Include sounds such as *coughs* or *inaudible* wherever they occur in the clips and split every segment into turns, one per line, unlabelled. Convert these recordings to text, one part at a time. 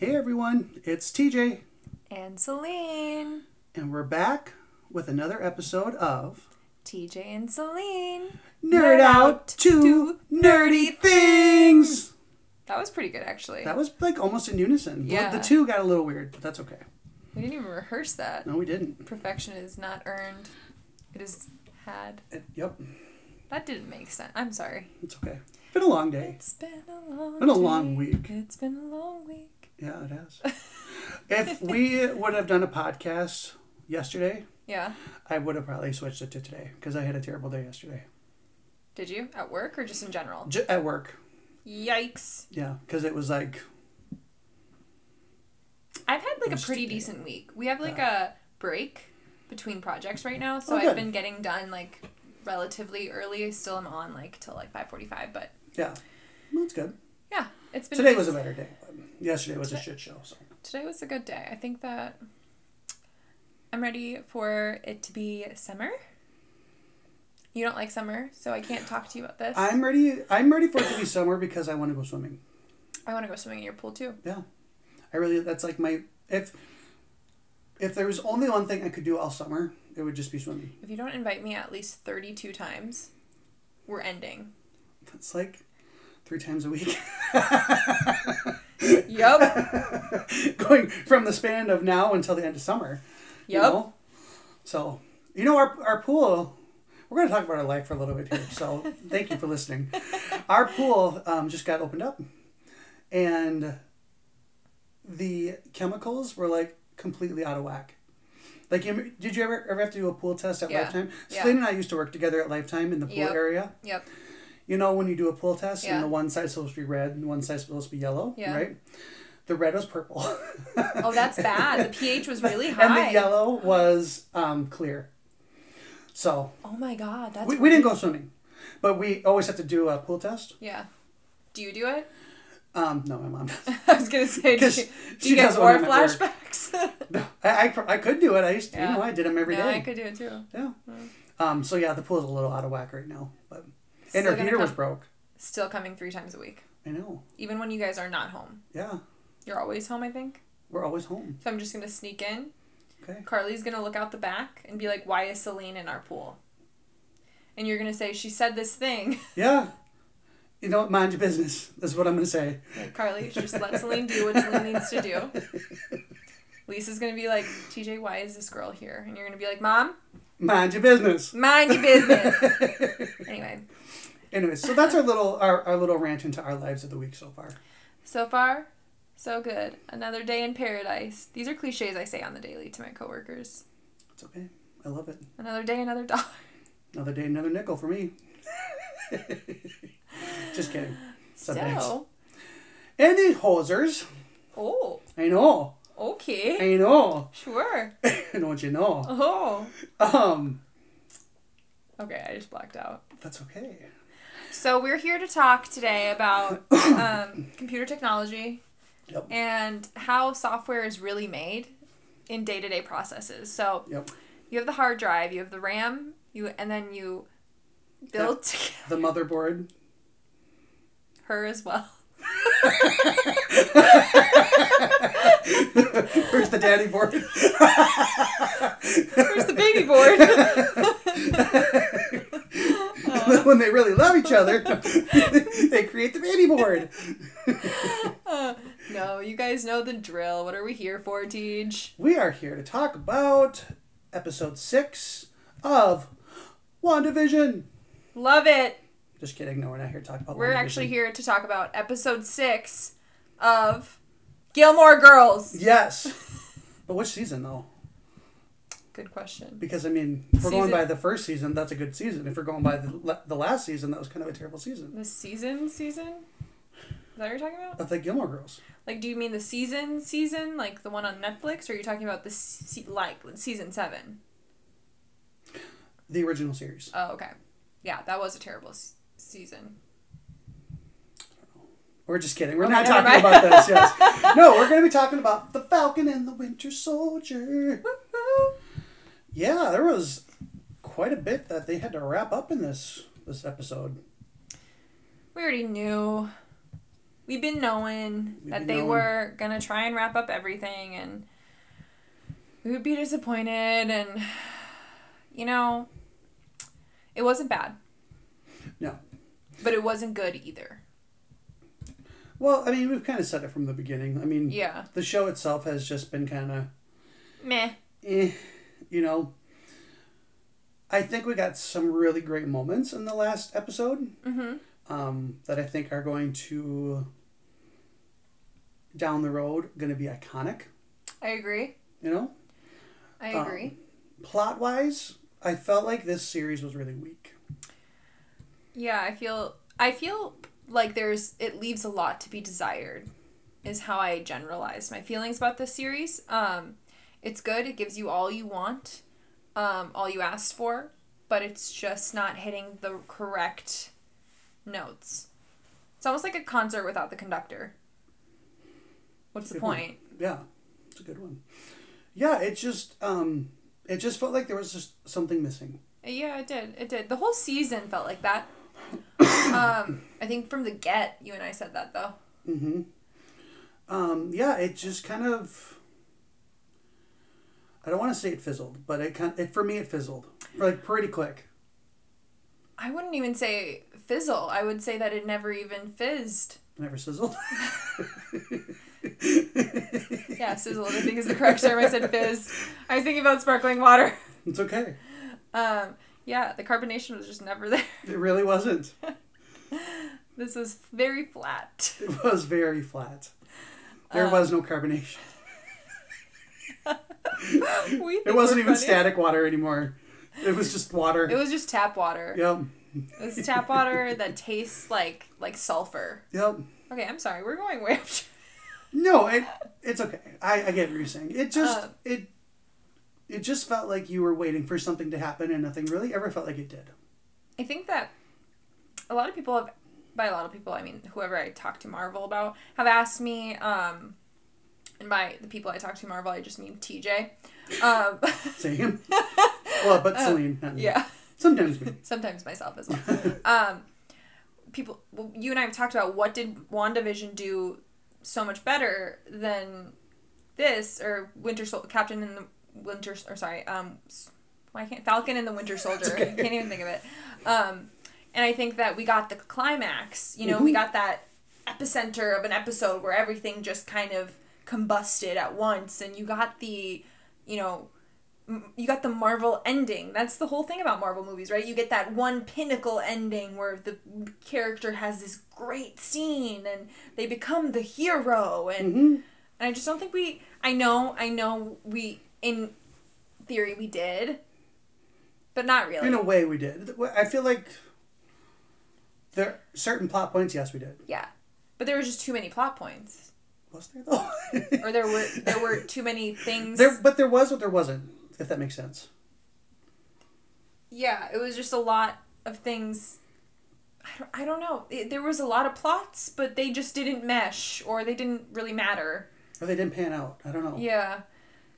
everyone. It's TJ,
and Celine.
and we're back with another episode of
TJ and Celine.
Nerd Out to Nerdy Things.
That was pretty good, actually.
That was like almost in unison. The-
Yeah.
The two got a little weird, but that's okay.
we didn't even rehearse that.
No, we didn't.
Perfection is not earned, it is had.
It- yep,
That didn't make sense. I'm sorry.
it's okay. Been a long day.
It's been a long
Been a long
day.
week.
It's been a long week.
Yeah, it *laughs* has. if we would have done a podcast yesterday,
Yeah.
I would have probably switched it to today because I had a terrible day yesterday
Did you? At work or just in general?
J- at work.
Yikes.
Yeah, because it was like
I've had like a
Just
pretty
today.
decent week. We have like a break between projects right now, so
Oh,
I've
good.
been getting done like relatively early. Still am on like till like 5:45, but
yeah, well, it's good.
yeah, it's been
Today was a
nice.
better day. but Yesterday was a shit show. So.
Today was a good day. I think that I'm ready for it to be summer. You don't like summer, so I can't talk to you about this.
*laughs* I'm ready. I'm ready for it to be summer because I want to go swimming.
I want to go swimming in your pool too.
Yeah, I really. That's like my if. If there was only one thing I could do all summer, it would just be swimming.
If you don't invite me at least 32 times, we're
*laughs*
ending.
That's like three times a week. *laughs*
Yup.
going from the span of now until the end of summer. you
Yup.
know? So, you know, our, our pool, we're going to talk about our life for a little bit here.
*laughs*
So, thank you for listening. Our pool um, just got opened up, and the chemicals were like completely out of whack. Like, you, did you ever ever have to do a pool test at
Yeah.
Lifetime?
Yeah.
Celine and I used to work together at Lifetime in the pool
Yep.
area.
Yep.
You know, when you do a pool test,
Yeah.
and the one side's supposed to be red and one side's supposed to be yellow,
Yeah.
right? The red was purple, *laughs*
Oh, that's bad. The pH was really high.
and the yellow was um, clear. So
Oh my god, that's
we, we didn't go swimming, but we always have to do a pool test.
Yeah. Do you do it? *laughs*
Um, no, my mom does.
I was gonna say, do
'Cause
you, do
she
you get
doesn't
more
want him at
flashbacks? *laughs*
No, I, I, cr- I could do it. I used to,
Yeah.
you know, I did them every day.
yeah, I could do it too.
Yeah. Um, so yeah, the pool's a little out of whack right now, but and
Still
her
gonna
heater was
come.
broke.
Still coming three times a week,
I know.
even when you guys are not home.
Yeah,
You're always home, I think.
we're always home.
So I'm just gonna sneak in.
Okay.
Carly's gonna look out the back and be like, "Why is Celine in our pool?" And you're gonna say, "She said this thing." *laughs*
Yeah. You know, what? mind your business. That's what I'm gonna say.
Carly, just let Celine do what Celine needs to do. Lisa's gonna be like, "TJ, why is this girl here?" And you're gonna be like, "Mom,
Mind your business.
mind
*laughs*
your business." *laughs* anyway,
Anyway, so that's our little our, our little rant into our lives of the week so far.
So far, so good. Another day in paradise. These are cliches I say on the daily to my coworkers.
It's okay. I love it.
Another day, another dollar.
Another day, another nickel for me. *laughs* Just kidding. Sometimes.
So,
Any hosers?
oh,
I know.
okay,
I know. *laughs*
sure.
Don't you know?
Oh,
Um,
okay, I just blacked out.
that's okay.
So we're here to talk today about um, computer technology
Yep.
and how software is really made in day-to-day processes. So
Yep.
you have the hard drive, you have the RAM, you, and then you build
The motherboard.
*laughs*
*laughs*
her as well.
Where's the daddy board? *laughs*
Where's the baby board?
when they really love each other, *laughs* they create the baby board.
Uh, No, you guys know the drill. What are we here for, Teej?
We are here to talk about episode six of WandaVision.
Love it.
Just kidding. No, we're not here to talk about.
We're
WandaVision.
actually here to talk about episode six of Gilmore Girls. *laughs*
Yes, but which season though?
Good question.
Because I mean, if we're
Season-
going by the first season, that's a good season. If we're going by the, the last season, that was kind of a terrible season
The season season? Is that what you're talking about?
of the Gilmore Girls.
Like, do you mean the season season, like the one on Netflix, or are you talking about the se- like season seven?
The original series.
Oh, okay. Yeah, that was a terrible s- season.
We're just kidding. We're
Okay,
not
never
talking
mind.
about this.
*laughs*
Yes. no, we're going to be talking about the Falcon and the Winter Soldier.
Woo-hoo.
Yeah, there was quite a bit that they had to wrap up in this this episode.
We already knew. We've been knowing
We've
that
been
they
knowing.
were gonna try and wrap up everything, and we would be disappointed. And you know, it wasn't bad,
No.
but it wasn't good either.
Well, I mean, we've kind of said it from the beginning. I mean,
Yeah,
the show itself has just been kind of,
meh.
eh, you know. I think we got some really great moments in the last episode
Mm-hmm.
um, that I think are going to, down the road, going to be iconic,
I agree.
you know?
I
Um,
agree.
Plot wise, I felt like this series was really weak.
Yeah, I feel I feel like there's it leaves a lot to be desired is how I generalize my feelings about this series. Um it's good, it gives you all you want, um all you asked for, but it's just not hitting the correct notes. It's almost like a concert without the conductor. What's the
Good one.
point?
Yeah, it's a good one. Yeah, it just um, it just felt like there was just something missing.
Yeah, it did. It did. The whole season felt
*coughs*
like that. um I think from the get, you and I said that though.
Mm-hmm. Um, yeah, it just kind of. I don't want to say it fizzled, but it kind it for me it fizzled like pretty quick.
I wouldn't even say fizzle. I would say that it never even fizzed.
It never sizzled. *laughs*
Yeah, sizzled, I think is the correct term. I said fizz. I was thinking about sparkling water.
it's okay.
Um, yeah, the carbonation was just never there. *laughs*
It really wasn't.
This was very flat. *laughs*
It was very flat. There was
Um,
no carbonation.
We think
It
we're
wasn't even
funny.
static water anymore. It was just water.
It was just tap water.
Yep.
It was tap water that tastes like like sulfur.
Yep.
Okay, I'm sorry. We're going way up.
No, it it's okay. I, I get what you're saying. It just
Uh,
it it just felt like you were waiting for something to happen and nothing really ever felt like it did.
I think that a lot of people have, by a lot of people, I mean whoever I talk to Marvel about, have asked me, um, and by the people I talk to Marvel, I just mean TJ. Um, *laughs*
Same. well, but Celine. not me.
Uh, yeah,
Sometimes
*laughs*
me.
sometimes myself as well. Um, people, well, you and I have talked about what did WandaVision do so much better than this or Winter Soldier, Captain and the Winter, or sorry, um, s- why can't Falcon and the Winter Soldier? I can't even think of it. Um, and I think that we got the climax. You know, we
Mhm.
got that epicenter of an episode where everything just kind of combusted at once, and you got the, you know. m- You got the Marvel ending. That's the whole thing about Marvel movies, right? You get that one pinnacle ending where the character has this great scene and they become the hero and
hmm
and I just don't think we. I know, I know, we in theory we did, but not really.
In a way, we did. I feel like there certain plot points. Yes, we did.
yeah, but there were just too many plot points,
Was there though? *laughs*
or there were there were too many things.
there, but there was what there wasn't. If that makes sense.
yeah, it was just a lot of things. I don't, I don't know. It, there was a lot of plots, but they just didn't mesh, or they didn't really matter.
Or they didn't pan out. I don't know.
Yeah.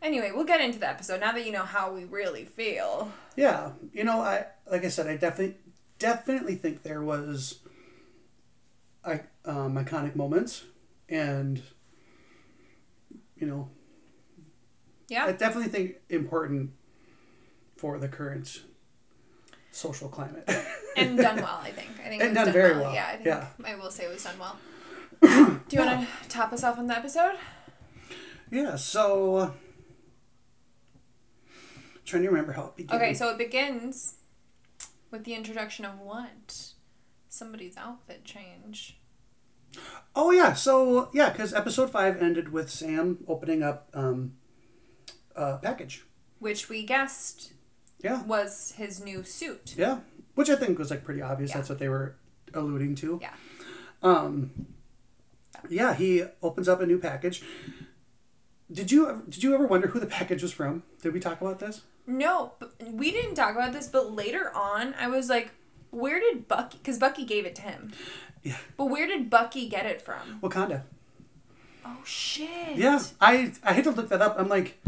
Anyway, we'll get into the episode now that you know how we really feel.
Yeah, you know, I like I said, I definitely definitely think there was I, um, iconic moments, and you know,
Yeah.
I definitely think important for the current social
*laughs*
climate.
and done well. I think. I
*laughs*
think
And
it was
done very well,
Yeah, I think
yeah.
I will say it was done well.
*coughs*
Do you want to top us off on the episode?
yeah, so trying to remember how it began.
Okay, so it begins with the introduction of what somebody's outfit change.
Oh yeah, so yeah, because episode five ended with Sam opening up um, a package.
Which we guessed
Yeah.
was his new suit.
Yeah, which I think was like pretty obvious.
Yeah.
That's what they were alluding to.
Yeah.
Um, yeah, he opens up a new package. Did you did you ever wonder who the package was from? Did we talk about this?
No, but we didn't talk about this, but later on, I was like, where did Bucky? Because Bucky gave it to him.
Yeah.
But where did Bucky get it from?
Wakanda.
Oh shit.
Yeah, I I had to look that up. I'm like,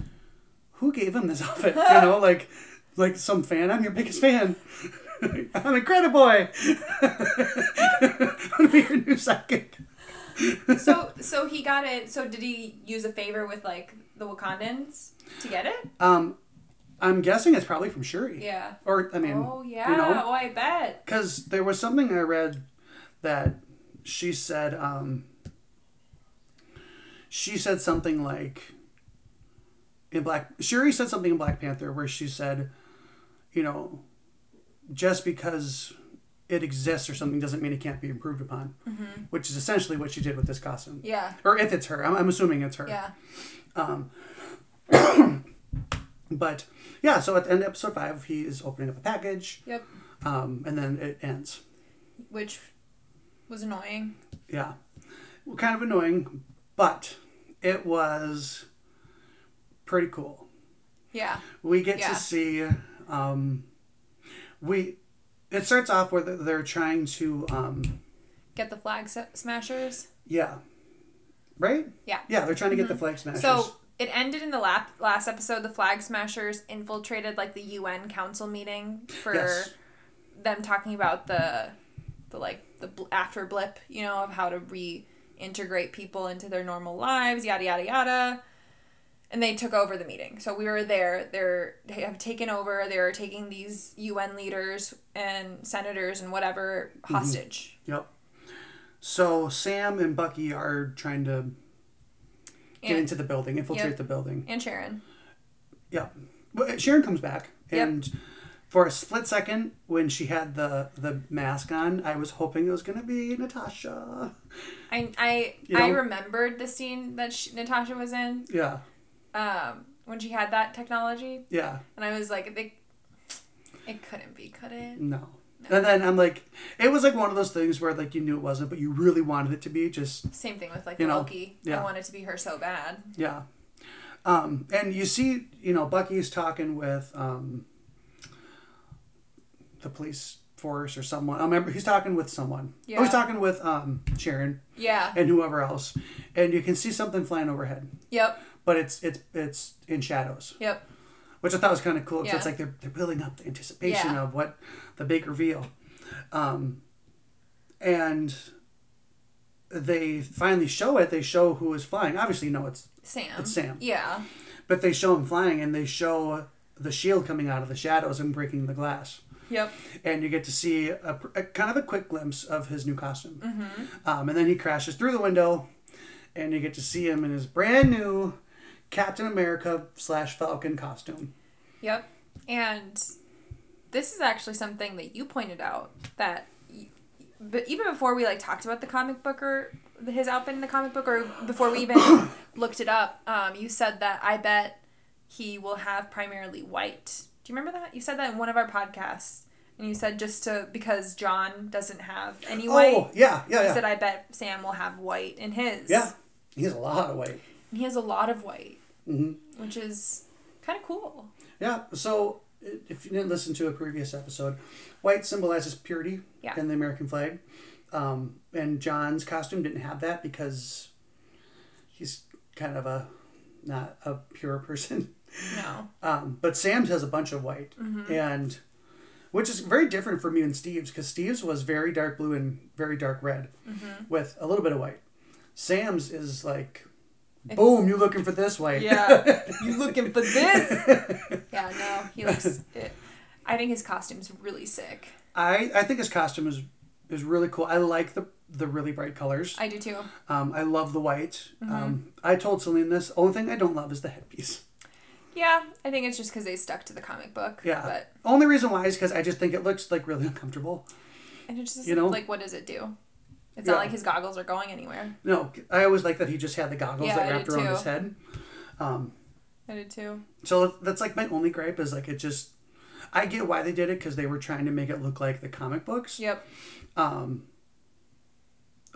who gave him this outfit? You
*laughs*
know, like like some fan. I'm your biggest fan. *laughs* I'm Incrediboy. I'm your new psychic.
*laughs*
*laughs*
so so he got it. So did he use a favor with like the Wakandans to get it?
Um, I'm guessing it's probably from Shuri.
Yeah.
Or I mean,
Oh yeah.
you know,
oh, I bet.
because there was something I read that she said. Um, she said something like in Black. Shuri said something in Black Panther where she said, you know, just because it exists or something doesn't mean it can't be improved upon, which is essentially what she did with this costume.
Mm-hmm. Yeah.
Or if it's her, I'm, I'm assuming it's her.
Yeah.
But yeah, so at the end of episode five, he is opening up a package,
Yep.
um, and then it ends.
Which was annoying.
Yeah. Well, kind of annoying, but it was pretty cool.
Yeah.
We get
Yeah.
to see um we it starts off where they're trying to um
Get the flag s- smashers.
yeah. Right?
Yeah. Mm-hmm.
Yeah, they're trying to get the flag smashers.
So it ended in the lap- last episode. The flag smashers infiltrated like the UN council meeting for
Yes.
them talking about the the like the bl- after blip, you know, of how to reintegrate people into their normal lives, yada yada yada. And they took over the meeting. So we were there. They're, they have taken over. They're taking these UN leaders and senators and whatever
Mm-hmm.
hostage.
Yep. So Sam and Bucky are trying to get
And,
into the building, infiltrate
Yep.
the building.
and Sharon.
Yeah. Well, Sharon comes back,
Yep.
and for a split second, when she had the the mask on, I was hoping it was gonna be Natasha.
I, I,
You
I
know?
remembered the scene that she, Natasha was in.
Yeah,
um, when she had that technology,
yeah,
and I was like, they, it couldn't be, could it?
no. And then I'm like, it was like one of those things where like you knew it wasn't, but you really wanted it to be. Just
Same thing with like
You know,
Loki.
yeah.
I wanted to be her so bad.
yeah. Um, and you see, you know, Bucky's talking with um, the police force or someone. I remember he's talking with someone. Oh,
Yeah.
he's talking with um, Sharon
Yeah.
and whoever else, and you can see something flying overhead.
Yep.
but it's it's it's in shadows,
Yep.
which I thought was kind of cool. 'cause It's
Yeah.
like they're they're building up the anticipation
Yeah.
of what the big reveal, um, and they finally show it. They show who is flying. Obviously, you know it's
Sam.
It's Sam.
Yeah.
but they show him flying, and they show the shield coming out of the shadows and breaking the glass.
Yep.
And you get to see a, pr- a kind of a quick glimpse of his new costume,
Mm-hmm.
um, and then he crashes through the window, and you get to see him in his brand new Captain America slash Falcon costume.
Yep. And this is actually something that you pointed out that, y- but even before we like talked about the comic book or his outfit in the comic book, or before we even
*coughs*
looked it up, um, you said that I bet he will have primarily white. Do you remember that? You said that in one of our podcasts, and you said just to because John doesn't have any white.
Oh, yeah, yeah,
You
yeah.
said I bet Sam will have white in his.
yeah. He has a lot of weight.
And he has a lot of white, mm-hmm. which is kind of cool.
Yeah, so i- if you didn't listen to a previous episode, white symbolizes purity
Yeah.
in the American flag. Um, and John's costume didn't have that because he's kind of a not a pure *laughs* person.
No.
Um, but Sam's has a bunch of white,
Mm-hmm.
and which is very different from you and Steve's because Steve's was very dark blue and very dark red
Mm-hmm.
with a little bit of white. Sam's is like, boom, you looking for this white?
Yeah, you looking for this? *laughs* yeah, no, he looks. It, I think his costume's really sick.
I I think his costume is is really cool. I like the the really bright colors.
I Mm-hmm. do too.
Um, I love the white. Um, I told Celine this. Only thing I don't love is the headpiece.
Yeah, I think it's just because they stuck to the comic book.
Yeah.
but
Only reason why is because I just think it looks like really uncomfortable.
and it's just
You know?
like, what does it do? It's
Yeah.
not like his goggles are going anywhere.
No, I always like that he just had the goggles
Yeah, I
that
did
wrapped around
too.
his head. Um,
I did too.
so that's like my only gripe is like it just. I get why they did it because they were trying to make it look like the comic books.
Yep.
Um,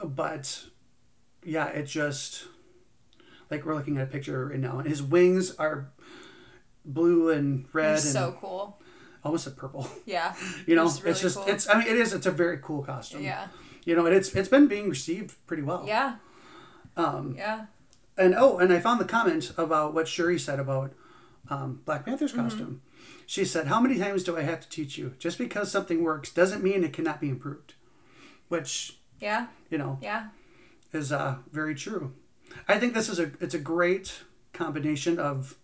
but yeah, it just like we're looking at a picture right now, and his wings are blue and red
He's
and
so cool.
almost a purple. *laughs*
Yeah.
You know,
He's really
it's just
cool.
it's. I mean, it is. It's a very cool costume.
Yeah.
You know, and it's it's been being received pretty well.
Yeah.
Um,
Yeah.
and oh, and I found the comment about what Shuri said about um, Black Panther's costume. She said, "How many times do I have to teach you? Just because something works doesn't mean it cannot be improved." Which
Yeah.
you know,
Yeah.
is uh, very true. I think this is a it's a great combination of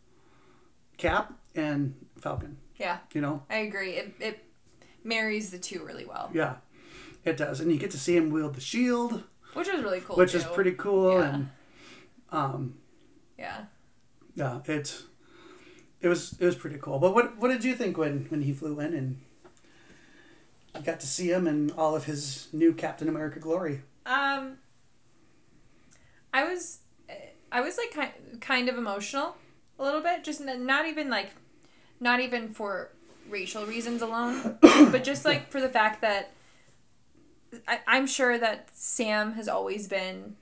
Cap and Falcon.
Yeah,
You know,
I agree. It, it marries the two really well,
yeah, it does, and you get to see him wield the shield,
which was really cool.
which is
too.
pretty cool.
Oh, Yeah.
And um,
Yeah.
yeah, it's it was it was pretty cool. But what what did you think when when he flew in and you got to see him in all of his new Captain America glory?
Um, I was, I was like kind kind of emotional, a little bit. Just n- not even like, not even for racial reasons alone, *coughs* but just like for the fact that I, I'm sure that Sam has always been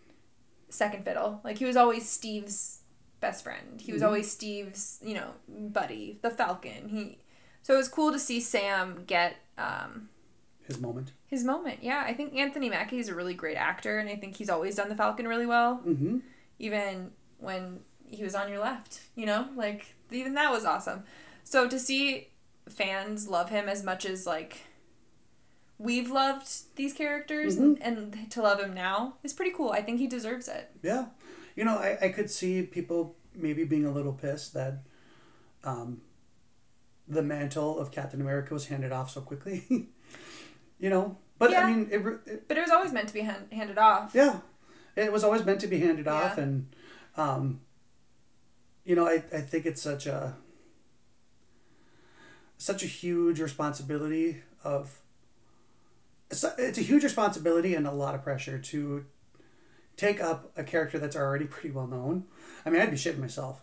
second fiddle. Like he was always Steve's best friend. He was always Steve's, you know, buddy, the Falcon. He, so it was cool to see Sam get. Um,
His moment.
his moment. Yeah, I think Anthony Mackie is a really great actor, and I think he's always done the Falcon really well.
hmm
Even when he was on your left, you know, like even that was awesome. So to see fans love him as much as like we've loved these characters, and, and to love him now is pretty cool. I think he deserves it.
Yeah. You know, I, I could see people maybe being a little pissed that um, the mantle of Captain America was handed off so quickly. *laughs* you know? But
Yeah.
I mean, it, re- it,
But it was always meant to be hand- handed off.
yeah. It was always meant to be handed off.
Yeah.
And, um, you know, I, I think it's such a. Such a huge responsibility of. It's a, it's a huge responsibility and a lot of pressure to take up a character that's already *laughs* pretty well known. I mean, I'd be shitting myself.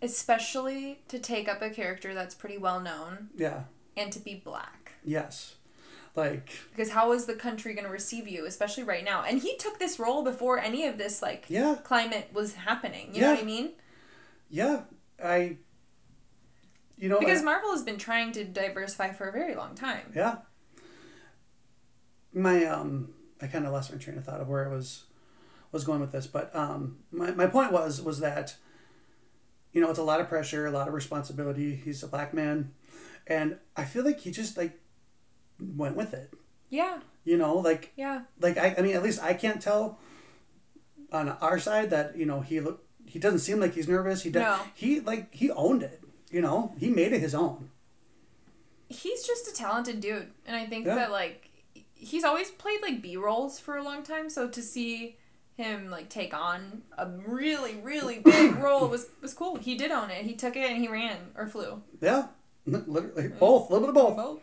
Especially to take up a character that's pretty well known
Yeah.
and to be black.
Yes. Like.
because how is the country going to receive you especially right now and he took this role before any of this like
Yeah.
climate was happening you know
Yeah.
what i mean
Yeah. I. You know.
because
I-
marvel has been trying to diversify for a very long time
Oh, yeah. My um, I kind of lost my train of thought of where I was, was going with this, but um, my my point was was that. You know, it's a lot of pressure, a lot of responsibility. He's a black man, and I feel like he just like went with it.
yeah
You know, like
yeah
like I, I mean at least i can't tell on our side that you know he look he doesn't seem like he's nervous he does
No.
he like he owned it you know he made it his own
he's just a talented dude and i think
Yeah.
that like he's always played like b roles for a long time so to see him like take on a really
*coughs*
really big role was was cool he did own it he took it and he ran or flew
yeah *laughs* literally both a little bit of both
both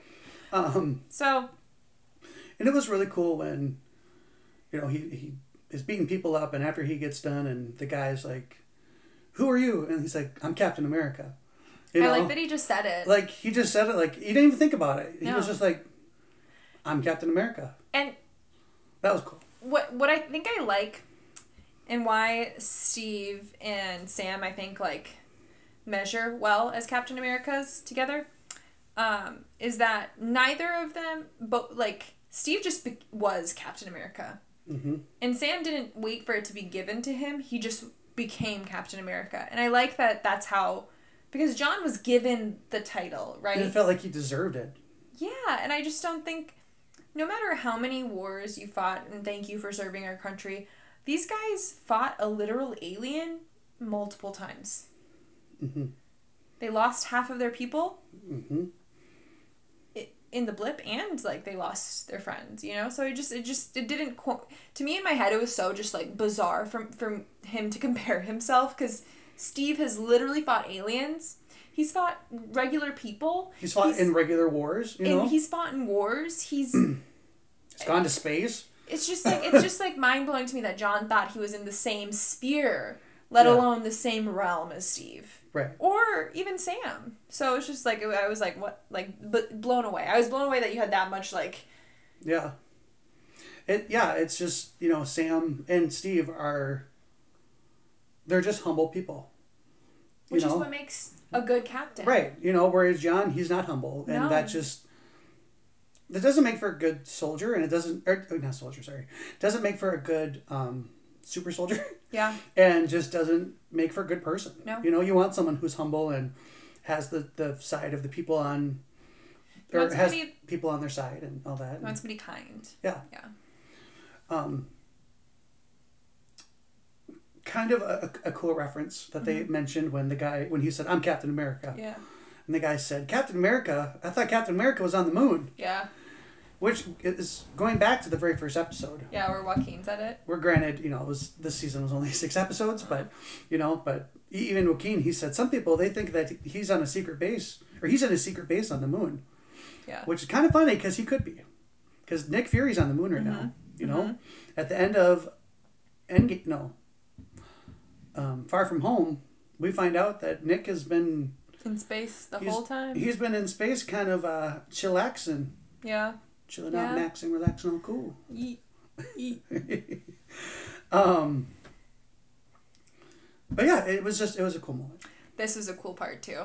um
so
and it was really cool when you know he he is beating people up and after he gets done and the guy's like who are you and he's like i'm captain america you
i
know
like that he just said it
like he just said it like he didn't even think about it he
No.
was just like i'm captain america
and
that was cool
what what I think I like and why Steve and Sam I think like measure well as Captain Americas together um, is that neither of them but like Steve just be- was Captain America
hmm
and Sam didn't wait for it to be given to him he just became Captain America and I like that that's how because John was given the title right
and it felt like he deserved it
yeah, and I just don't think, no matter how many wars you fought, and thank you for serving our country, these guys fought a literal alien multiple times.
hmm
They lost half of their people
hmm
i- in the blip, and like they lost their friends, you know. So it just, it just, it didn't. Co- to me, in my head, it was so just like bizarre from from him to *laughs* compare himself because Steve has literally fought aliens. He's fought regular people.
He's fought in regular wars, you know.
and he's fought in wars. He's
he's gone to space.
it's just like it's just like mind blowing to me that John thought he was in the same sphere, let
Yeah.
alone the same realm as Steve
Right.
or even Sam. So it's just like I was like what like b- blown away. I was blown away that you had that much like
Yeah. It yeah, it's just, you know, Sam and Steve are they're just humble people. You
which
know?
is what makes a good captain.
Right. You know, whereas John, he's not humble. And
No.
that just that doesn't make for a good soldier and it doesn't or oh, not soldier, sorry. Doesn't make for a good um super soldier *laughs*
Yeah.
and just doesn't make for a good person.
No.
You know, you want someone who's humble and has the, the side of the people on or
You want
has
somebody-
people on their side and all that.
You want somebody kind.
Yeah.
Yeah.
Um, kind of a, a cool reference that they mentioned when the guy when he said, "I'm Captain America,"
Mm-hmm. Yeah.
and the guy said, "Captain America." I thought Captain America was on the moon,
Yeah.
which is going back to the very first episode.
Yeah, where Joaquin's at it.
We're granted, you know, it was this season was only *laughs* six episodes, but you know, but e- even Joaquin, he said some people they think that he's on a secret base or he's in a secret base on the moon,
Yeah.
which is kind of funny because he could be, because Nick Fury's on the moon right now. You know, at the end of Endgame, no, um, Far From Home, we find out that Nick has been
In space the
He's-
whole time.
he's been in space, kind of uh, chillaxing,
yeah.
chilling out,
Yeah.
maxing, relaxing, all cool.
Yeet. Yeet.
Um, but yeah, it was just it was a cool moment. *laughs*
This was a cool part too.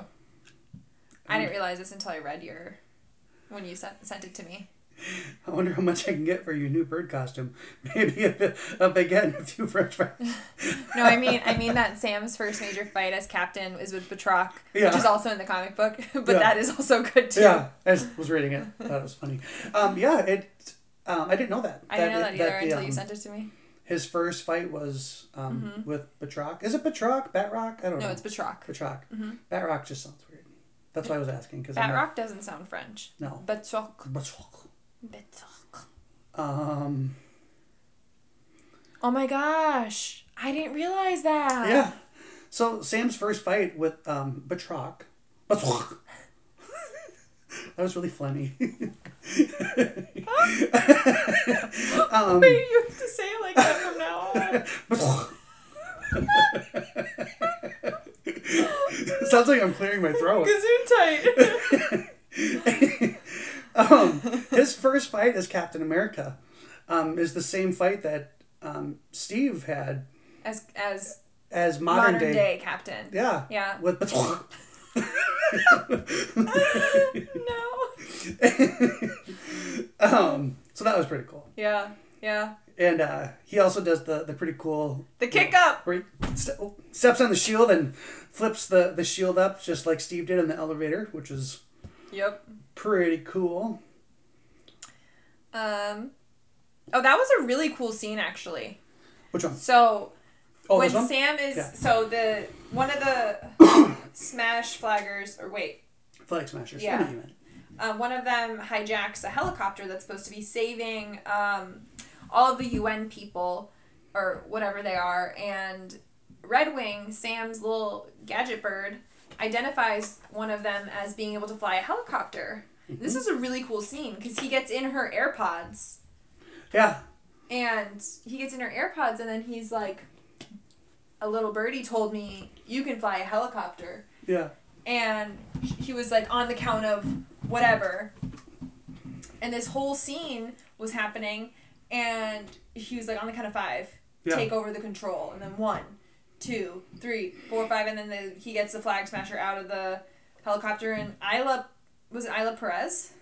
I
Mm.
didn't realize this until I read your when you sent sent it to me.
I wonder how much I can get for your new bird costume. *laughs* Maybe a, bit- a baguette and a few French
*laughs*
fries.
No, I mean I mean that Sam's first major fight as captain is with Batroc, which
Yeah.
is also in the comic book, *laughs* but
Yeah.
that is also good too.
Yeah, I just was reading it. That was funny. Um, yeah, it. Um, I didn't know that.
I didn't know that
it-
either
the,
until you
um,
sent it to me.
His first fight was um, with Batroc. Is it Batroc? Batroc? I don't know.
Mm-hmm. No, it's Mm-hmm. Batroc.
Batroc. Batroc just sounds weird. That's why I was asking because I'm not,
Batroc doesn't sound French.
no
Batroc.
Batroc.
Batroc.
Um,
Oh my gosh. I didn't realize that.
yeah. So Sam's first fight with um, Batroc. Batroc. *laughs* that was really funny. *laughs* um,
Wait, *laughs* you have to say it like that from now on.
*laughs* Batroc. Sounds like I'm clearing my throat. *laughs*
Gesundheit.
um, his first fight as Captain America um, is the same fight that um, Steve had
As as
as modern,
modern, day.
day.
captain.
Yeah.
Yeah.
With Batroc. *laughs*
*laughs*
*laughs*
no.
um, so that was pretty cool.
Yeah. Yeah.
And uh, he also does the, the pretty cool
The kick up.
where he ste- steps on the shield and flips the, the shield up just like Steve did in the elevator, which is
Yep.
pretty cool.
Um Oh, that was a really cool scene actually.
Which one?
So
Oh,
when
this one?
Sam is
Yeah.
so the one of the
*coughs*
smash flaggers or wait,
Flag Smashers. I
Yeah.
know what you meant.
uh, one of them hijacks a helicopter that's supposed to be saving um, all of the UN people or whatever they are. And Red Wing, Sam's little gadget bird, identifies one of them as being able to fly a helicopter. This
Mm-hmm.
is a really cool scene because he gets in her AirPods
Yeah.
and he gets in her AirPods and then he's like, a little birdie told me you can fly a helicopter
Yeah.
and he was like on the count of whatever. And this whole scene was happening, and he was like on the count of five,
Yeah.
take over the control, and then one, two, three, four, five, and then the, he gets the flag smasher out of the helicopter, and Isla was it Isla Perez?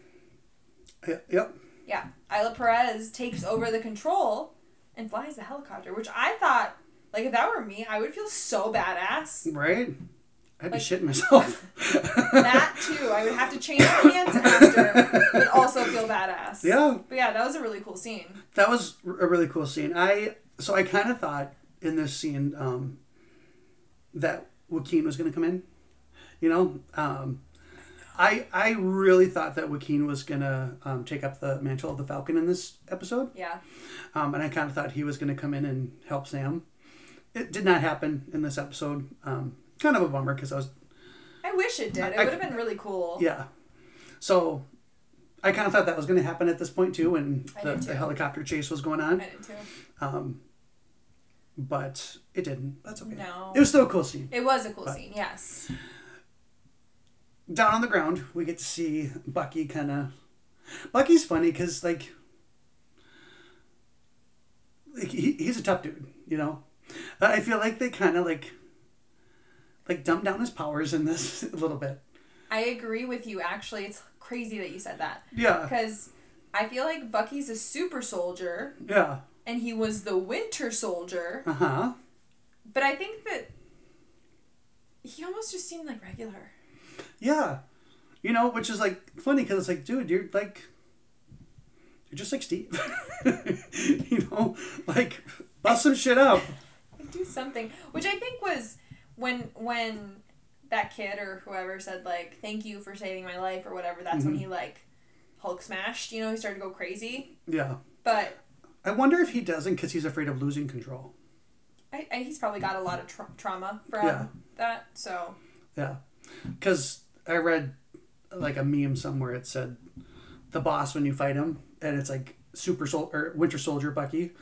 Yeah. Yep.
Yeah, Isla Perez takes over the control and flies the helicopter, which I thought, like if that were me, I would feel so badass.
Right? I'd be
Like-
shitting myself. *laughs*
That too. I would have to change pants after, but also feel badass.
Yeah.
But yeah, that was a really cool scene.
That was a really cool scene. I so I kind of thought in this scene um, that Joaquin was going to come in. You know, um, I I really thought that Joaquin was going to um, take up the mantle of the Falcon in this episode,
Yeah.
um, and I kind of thought he was going to come in and help Sam. It did not happen in this episode. Um, kind of a bummer because I was
I wish it did. It
I-
would have been really cool.
yeah. So I kind of thought that was going to happen at this point too, when
I
the,
did,
the
too.
helicopter chase was going on.
I did too.
Um, but it didn't. That's okay.
No.
It was still a cool scene.
It was a cool scene, yes.
Down on the ground, we get to see Bucky kind of. Bucky's funny because like, like he, he's a tough dude, you know. Uh, I feel like they kind of like, like dumb down his powers in this *laughs* a little bit.
I agree with you, actually. It's crazy that you said that.
Yeah,
Because I feel like Bucky's a super soldier,
yeah,
and he was the winter soldier,
uh huh.
but I think that he almost just seemed like regular.
Yeah. You know, which is like funny because it's like, dude, you're like, *laughs* you're just like Steve. you know, like, bust some shit up.
Like, dude, do something, which I think was when when that kid or whoever said like thank you for saving my life or whatever. That's
Mm-hmm.
when he like Hulk smashed. You know, he started to go crazy.
Yeah.
But
I wonder if he doesn't because he's afraid of losing control.
I, I, he's probably got a lot of tra- trauma from
Yeah.
that. So
Yeah. Because I read like a meme somewhere. It said the boss when you fight him, and it's like Super Sol- or Winter Soldier Bucky,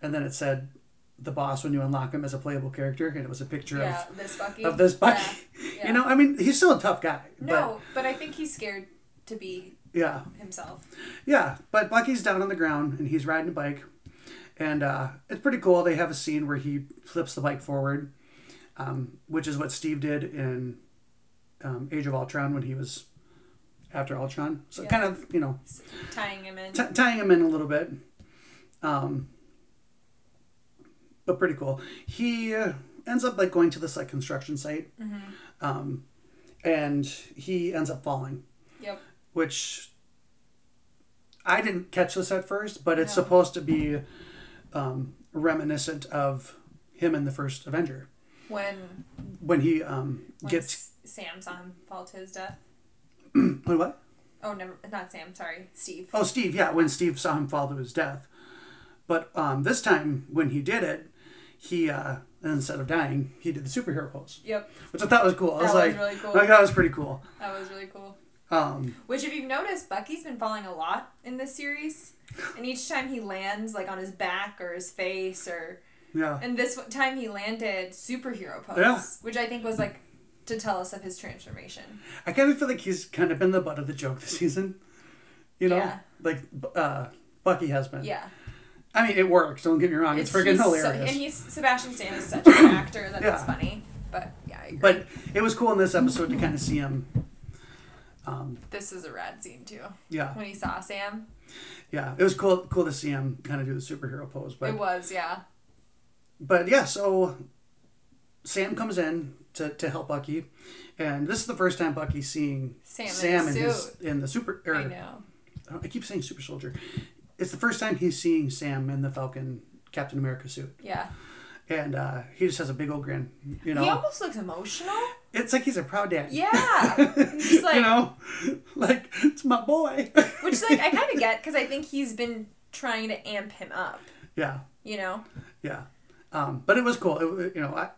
and then it said the boss when you unlock him as a playable character, and it was a picture
yeah, this Bucky.
of of this Bucky.
Yeah,
*laughs*
yeah.
You know, I mean, he's still a tough guy.
No, but I think he's scared to be
But yeah,
himself.
yeah. But Bucky's down on the ground and he's riding a bike, and uh, it's pretty cool. They have a scene where he flips the bike forward, um, which is what Steve did in um, Age of Ultron when he was after Ultron. So
Yeah.
kind of you know
s- Tying him in.
t- tying him in a little bit. Um, but pretty cool. He uh, ends up like going to this like construction site,
Mm-hmm.
um, and he ends up falling,
Yep.
which I didn't catch this at first, but it's
No.
supposed to be um, reminiscent of him in the first Avenger
When,
when he um,
when
gets
S- Sam saw him fall to his death.
when what?
Oh, never. Not Sam. Sorry, Steve.
Oh, Steve, yeah, when Steve saw him fall to his death. But um, this time, when he did it, he, uh, instead of dying, he did the superhero pose,
Yep.
which I thought was cool. I
That
was,
was
like,
really cool.
like, that was pretty cool.
That was really cool.
Um,
Which, if you've noticed, Bucky's been falling a lot in this series, and each time he lands, like on his back or his face, or
yeah.
and this one time he landed superhero pose,
Yeah.
which I think was like to tell us of his transformation.
I kind of feel like he's kind of been the butt of the joke this season. You know?
Yeah.
Like, bu- uh, Bucky has been.
Yeah,
I mean, it works, don't get me wrong. It's, freaking
he's so-
hilarious.
and he's Sebastian Stan is such a good actor that it's
Yeah.
funny. But yeah, I agree.
but it was cool in this episode to kind of see him. Um,
this is a rad scene too.
yeah,
When he saw Sam,
yeah. It was cool cool to see him kind of do the superhero pose. But
it was yeah.
but yeah, so Sam comes in to, to help Bucky, and this is the first time Bucky's seeing
Sam in his
in his in the super.
I
Er,
know.
I, keep saying super soldier. It's the first time he's seeing Sam in the Falcon Captain America suit,
Yeah,
and uh, he just has a big old grin. You know,
he almost looks emotional.
it's like he's a proud dad. *laughs*
Yeah, he's like
you know, like it's my boy.
Which, like, I kind of get because I think he's been trying to amp him up,
*laughs* yeah,
you know?
yeah. Um, but it was cool. It, you know, I,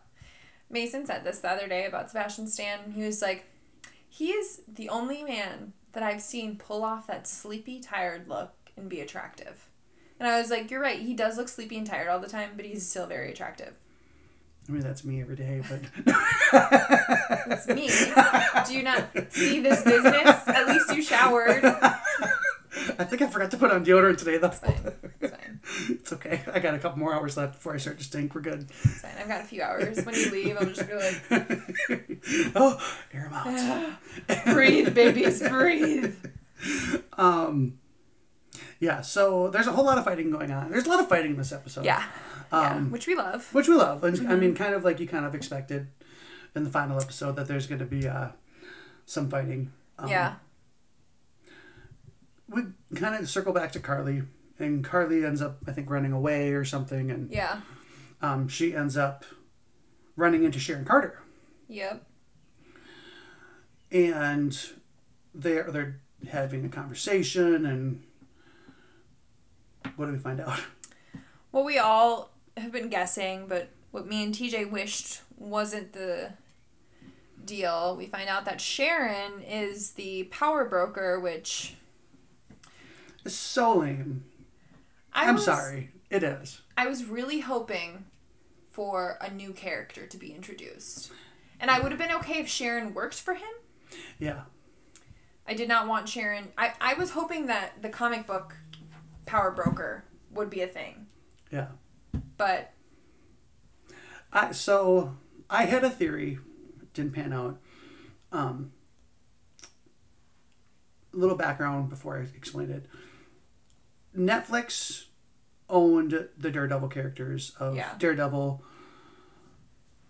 Mason said this the other day about Sebastian Stan. He was like, he is the only man that I've seen pull off that sleepy, tired look and be attractive. And I was like, you're right. He does look sleepy and tired all the time, but he's still very attractive.
I mean that's me every day. But *laughs*
It's me. Do you not see this business? At least you showered.
I think I forgot to put on deodorant today though. *laughs*
It's fine. It's fine.
It's okay. I got a couple more hours left before I start to stink. We're
*laughs*
good.
It's fine. I've got a few hours. When you leave, I'll just be like,
oh, air them out.
breathe, babies, breathe.
Um, yeah. So there's a whole lot of fighting going on. There's a lot of fighting in this episode.
Yeah. Mm-hmm. yeah.
Um,
Which we love.
which we love. And, I mean, kind of like you kind of expected in the final episode that there's going to be uh, some fighting. Um,
yeah.
We kind of circle back to Carly, and Carly ends up, I think, running away or something, and
Yeah.
um, she ends up running into Sharon Carter.
Yep.
and they're they're having a conversation and what do we find out *laughs*
What we all have been guessing, but what me and TJ wished wasn't the deal. We find out that Sharon is the power broker, which
it's so lame
I
i'm
was,
sorry it is
I was really hoping for a new character to be introduced. And I would have been okay if Sharon worked for him.
yeah
I did not want Sharon. I, I was hoping that the comic book power broker would be a thing,
yeah
but
I, so i had a theory didn't pan out um a little background before i explained it netflix owned the daredevil characters of
Yeah.
daredevil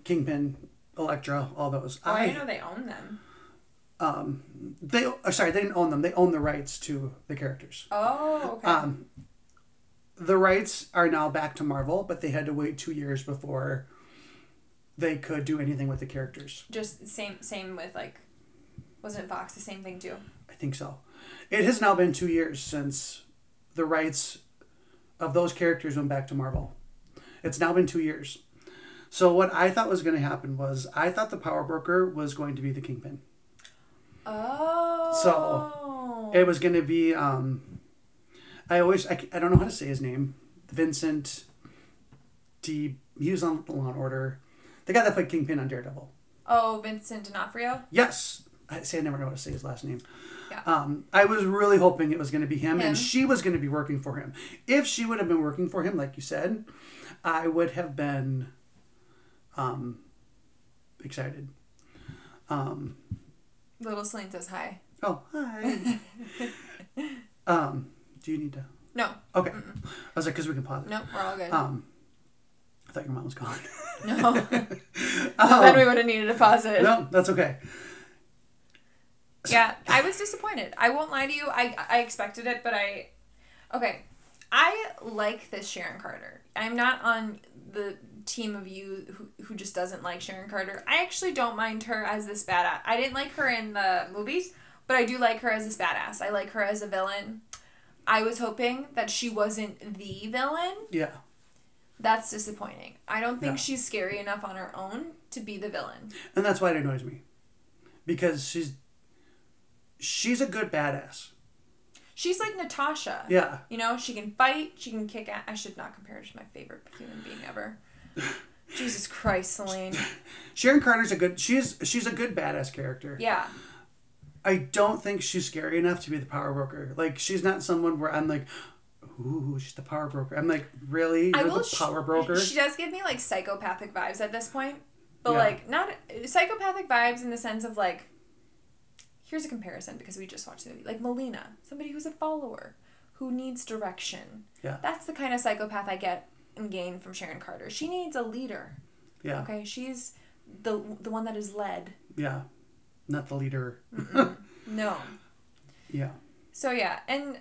kingpin electra all those
oh, I didn't know they own them.
um, they oh, sorry they didn't own them they own the rights to the characters
Oh, okay.
um, the rights are now back to marvel but they had to wait two years before they could do anything with the characters.
Just same same with like, wasn't Fox the same thing too?
I think so. It has now been two years since the rights of those characters went back to Marvel. It's now been two years. So what I thought was going to happen was I thought the Power Broker was going to be the Kingpin.
Oh.
It was going to be um, I always I, I don't know how to say his name. Vincent D. He was on Law and Order. The guy that played Kingpin on Daredevil.
oh, Vincent D'Onofrio.
Yes. I say I never know how to say his last name.
Yeah.
Um, I was really hoping it was going to be him,
Him.
and she was going to be working for him. If she would have been working for him, like you said, I would have been um, excited. Um,
Little Celine says hi.
oh, hi. um, do you need to?
No,
Okay. I was like, because we can pause it.
no, we're all good.
Um, I thought your mom was
*laughs*
calling. *laughs*
no, then
um,
we would have needed to pause it.
no, that's okay.
Yeah, I was disappointed. I won't lie to you. I I expected it, but I okay. I like this Sharon Carter. I'm not on the team of you who, who just doesn't like Sharon Carter. I actually don't mind her as this badass. I didn't like her in the movies, but I do like her as this badass. I like her as a villain. I was hoping that she wasn't the villain.
Yeah.
That's disappointing. I don't think
Yeah.
she's scary enough on her own to be the villain.
And that's why it annoys me. Because she's she's a good badass.
She's like Natasha.
Yeah.
You know, she can fight, she can kick ass. I should not compare her to my favorite human being
*laughs*
ever. Jesus Christ, Celine.
Sharon Carter's a good she's she's a good badass character.
Yeah.
I don't think she's scary enough to be the power broker. Like she's not someone where I'm like, ooh, she's the power broker. I'm like, really? *laughs* You're
I will.
the power broker?
She, she does give me like psychopathic vibes at this point, but
Yeah.
like not psychopathic vibes in the sense of like. Here's a comparison because we just watched the movie. Like Melina, somebody who's a follower, who needs direction.
Yeah.
That's the kind of psychopath I get and gain from Sharon Carter. She needs a leader.
yeah.
Okay, she's the the one that is led.
Yeah. Not the leader.
No.
Yeah.
So yeah, and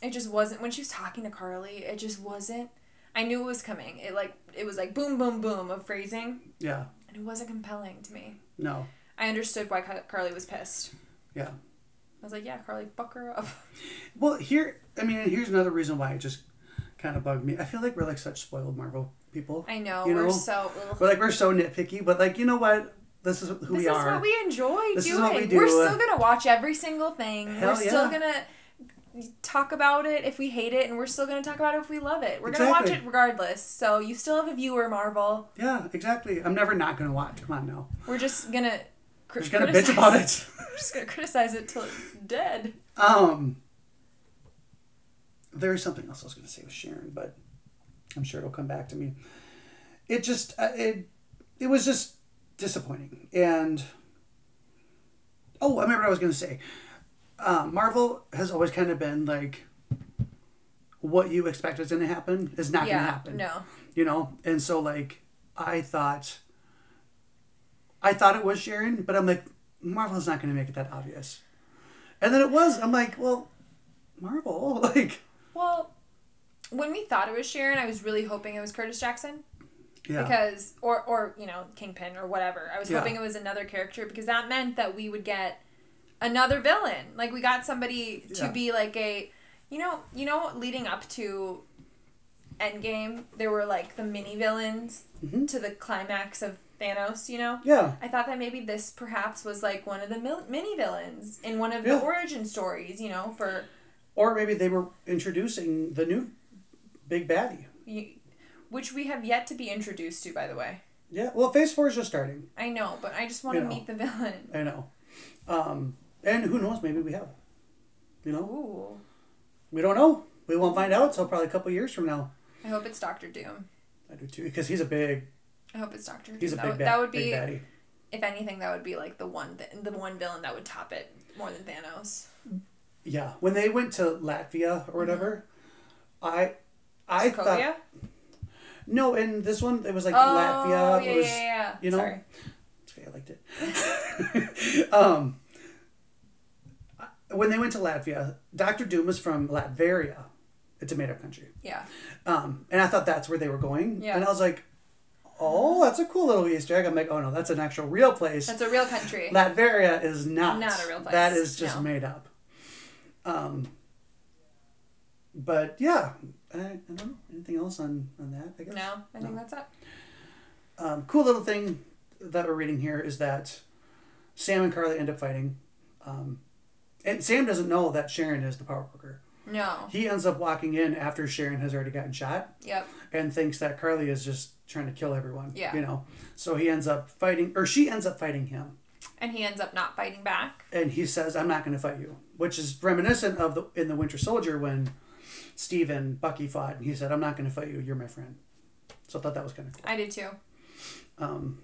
it just wasn't when she was talking to Carly, it just wasn't I knew it was coming. It like it was like boom boom boom of phrasing
Yeah.
and it wasn't compelling to me.
No.
I understood why Car- Carly was pissed.
Yeah.
I was like, yeah, Carly, fuck her up. *laughs*
Well, here I mean, here's another reason why it just kind of bugged me. I feel like we're like such spoiled Marvel people.
I know,
You
we're
know?
so ugh.
We're like we're so nitpicky, but like you know what? This is who
This
we
is
are.
what we enjoy
This is
doing.
what we
We're
do.
still gonna watch every single thing.
Hell
we're still
yeah.
gonna talk about it if we hate it, and we're still gonna talk about it if we love it. We're gonna watch
Exactly.
it regardless. So you still have a viewer, Marvel.
Yeah, exactly. I'm never not gonna watch. Come on now.
We're just gonna cr-
I'm just gonna
criticize
bitch about
*laughs*
it. *laughs*
We're just gonna criticize it till it's dead.
Um there's something else I was gonna say with Sharon, but I'm sure it'll come back to me. It just uh, it it was just disappointing. And oh, I remember what I was gonna say. Uh, Marvel has always kind of been like what you expect is gonna happen is not
yeah.
gonna happen.
No.
you know and so like i thought i thought it was sharon but i'm like marvel's not going to make it that obvious and then it was i'm like well marvel *laughs* like
Well, when we thought it was Sharon, I was really hoping it was Curtis Jackson
yeah
because, or or you know, Kingpin or whatever. I was
Yeah.
hoping it was another character because that meant that we would get another villain. Like we got somebody to
Yeah.
be like a, you know, you know, leading up to. Endgame, there were like the mini villains
Mhm.
to the climax of Thanos, you know?
yeah
I thought that maybe this perhaps was like one of the mil- mini villains in one of
Yeah.
the origin stories, you know, for
or maybe they were introducing the new big baddie
you, which we have yet to be introduced to, by the way.
yeah well phase four is just starting
I know, but I just want to
You know.
meet the villain.
i know um and who knows maybe we have you know
Ooh,
we don't know we won't find out until probably a couple years from now
I hope it's Doctor Doom.
i do too because he's a big
I hope it's Doctor Doom.
he's a
that,
big,
would-
bad,
that would
big
be,
baddie
if anything, that would be like the one th- the one villain that would top it more than Thanos.
Yeah, when they went to Latvia or whatever,
Mm-hmm.
I, I
Sokovia?
thought no. In this one, it was like
oh,
Latvia.
yeah,
it was,
yeah, yeah.
you know?
Sorry.
It's okay, I liked it. *laughs* um, I- when they went to Latvia, Doctor Doom was from Latveria. It's a made-up country,
Yeah.
um, and I thought that's where they were going.
Yeah.
and I was like, oh, that's a cool little Easter egg. I'm like, oh no, that's an actual real place.
That's a real country.
Latveria is not.
Not a real place,
That is just
no.
made up. Um, but yeah, I, I don't know. Anything else on, on that, I guess?
No, I think
No.
that's it.
Um, cool little thing that we're reading here is that Sam and Carly end up fighting. Um, and Sam doesn't know that Sharon is the power broker.
No.
He ends up walking in after Sharon has already gotten shot
Yep.
and thinks that Carly is just trying to kill everyone.
Yeah.
You know? So he ends up fighting, or she ends up fighting him.
And he ends up not fighting back.
And he says, I'm not going to fight you, which is reminiscent of the in The Winter Soldier when Steve and Bucky fought. And he said, I'm not going to fight you. You're my friend. So I thought that was kind of cool.
I did too.
Um,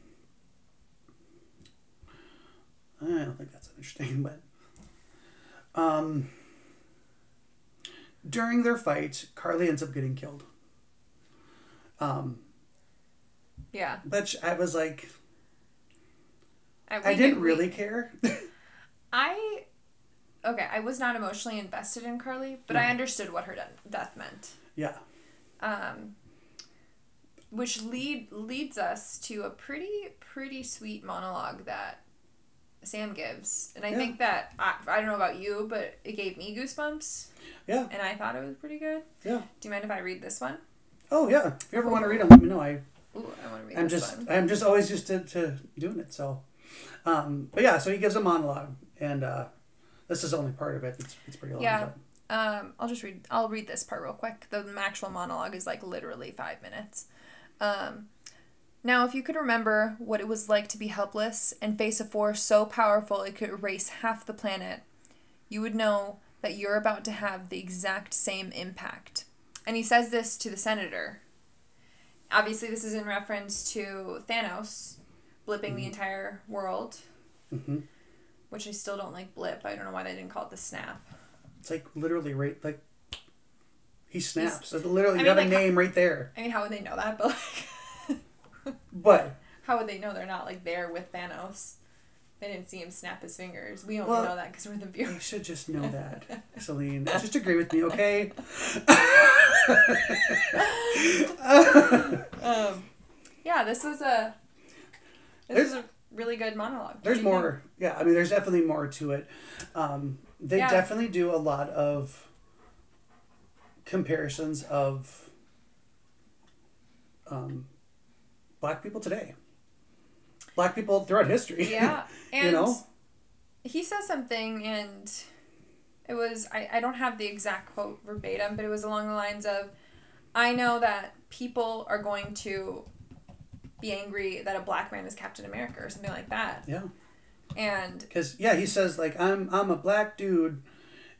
I don't think that's interesting, *laughs* but um, during their fight, Carly ends up getting killed. Um,
Yeah.
which I was like,
And
I
we
didn't
we-
really
*laughs*
care.
I. Okay, I was not emotionally invested in Carly, but I understood what her de- death meant.
yeah,
um, which lead leads us to a pretty pretty sweet monologue that Sam gives, and I
Yeah.
think that I, I don't know about you, but it gave me goosebumps,
yeah,
and I thought it was pretty good.
yeah.
Do you mind if I read this one?
Oh yeah. If you ever want to read them, let me know. I
Ooh, I want to read
I'm
this
just
one.
I'm just always used to, to doing it. So, um, but yeah. So he gives a monologue, and uh, this is only part of it. It's, it's pretty long.
Yeah.
but-
Um, I'll just read. I'll read this part real quick. The actual monologue is like literally five minutes. Um, now, if you could remember what it was like to be helpless and face a force so powerful it could erase half the planet, you would know that you're about to have the exact same impact. And he says this to the senator. Obviously, this is in reference to Thanos blipping the entire world,
Mhm.
which I still don't like blip. I don't know why they didn't call it the snap.
It's like literally right like he snaps. It's literally
I
you have
mean,
a
like,
name right there.
I mean, how would they know that? *laughs* But like,
But
how would they know they're not like there with Thanos? They didn't see him snap his fingers. We only
Well-
know that because we're the
*laughs* you
viewers.
should just know
*laughs*
that, Celine. Just agree with me, okay?
Um, yeah, this was a this was a really good monologue. What do
There's
you think?
more. Yeah, I mean, there's definitely more to it. Um, they
Yeah.
definitely do a lot of comparisons of um, black people today. Black people throughout *laughs* history.
Yeah, and
you know?
he says something, and it was I I don't have the exact quote verbatim, but it was along the lines of, "I know that people are going to." Be angry that a black man is Captain America or something like that.
Yeah.
And
Because yeah, he says like I'm I'm a black dude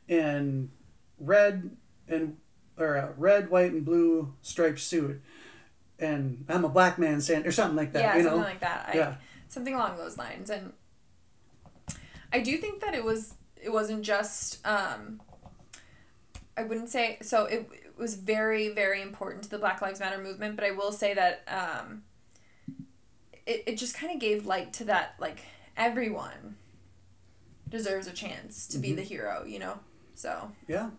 in red and or a red, white, and blue striped suit, and I'm a black man saying or something like that.
yeah,
you know,
something like that. I,
Yeah.
Something along those lines, and I do think that it was it wasn't just um, I wouldn't say so it, it was very very important to the Black Lives Matter movement, but I will say that um, it it just kind of gave light to that like everyone deserves a chance to
Mm-hmm.
be the hero, you know. So
yeah.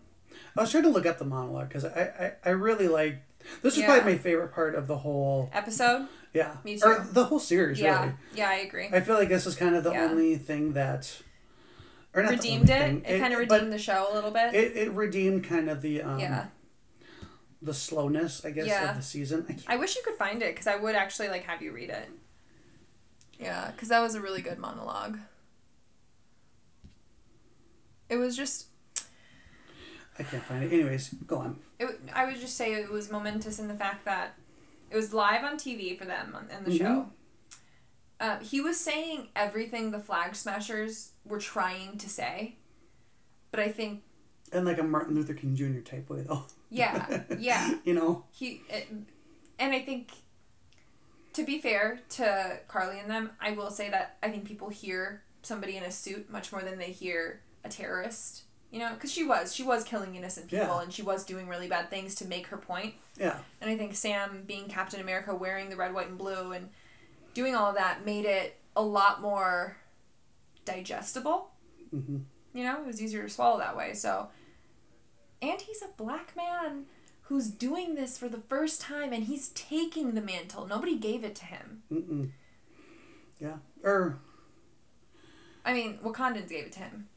I was trying to look up the monologue because I, I I really like this is
Yeah.
probably my favorite part of the whole
episode,
yeah
Me
or
too.
the whole series
yeah,
really.
yeah, I agree.
I feel like this is kind of the
Yeah.
only thing that or not the
redeemed
only
it.
thing.
It, kind of
but
redeemed the show a little bit.
It, it redeemed kind of the um,
yeah.
the slowness I guess
Yeah.
of the season. I can't
I wish you could find it because I would actually like have you read it. Yeah, because that was a really good monologue. It was just,
I can't find it. Anyways, go on.
it, w- I would just say it was momentous in the fact that it was live on TV for them on, in the
Mhm.
show. Uh, he was saying everything the Flag Smashers were trying to say, but I think,
And like a Martin Luther King Jr. type way, though. *laughs*
yeah, yeah.
you know?
he it, and i think to be fair to carly and them i will say that i think people hear somebody in a suit much more than they hear a terrorist you know because she was she was killing innocent people
Yeah.
and she was doing really bad things to make her point
Yeah.
and i think sam being captain america wearing the red white and blue and doing all of that made it a lot more digestible
Mhm.
you know it was easier to swallow that way so and he's a black man who's doing this for the first time and he's taking the mantle. Nobody gave it to him.
Mm-mm. Yeah. Or
I mean, Wakandans gave it to him.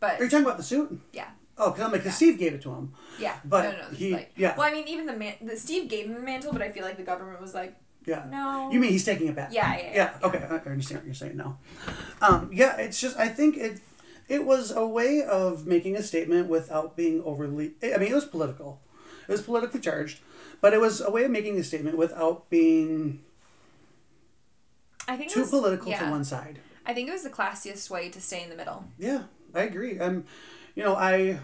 are you
But
talking about the suit?
yeah.
Oh, because I'm like, 'cause Steve gave it to him.
Yeah.
*laughs* But
no, no, no,
he-
like,
yeah.
Well, I mean, even the man, the, Steve gave him the mantle, but I feel like the government was like,
Yeah.
no.
Uh, You mean he's taking it back?
Yeah, yeah,
Yeah. Okay, I I understand what you're saying now. Um, yeah, it's just I think it it was a way of making a statement without being overly. I mean, it was political. It was politically charged, but it was a way of making a statement without being
I think it
too
was-
political
yeah.
to one side.
I think it was the classiest way to stay in the middle.
Yeah, I agree. I'm, you know, I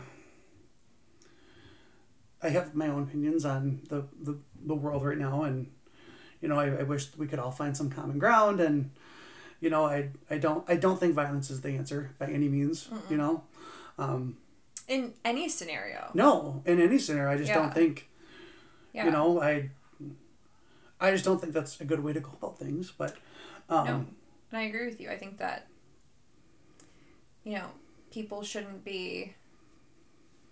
I have my own opinions on the the, the world right now, and you know, I, I wish we could all find some common ground. And you know, I I don't I don't think violence is the answer by any means. You know, um,
in any scenario.
no, in any scenario, I just
Yeah.
don't think
yeah.
you know I. I just don't think that's a good way to go about things, but um,
No. And I agree with you. I think that, you know, people shouldn't be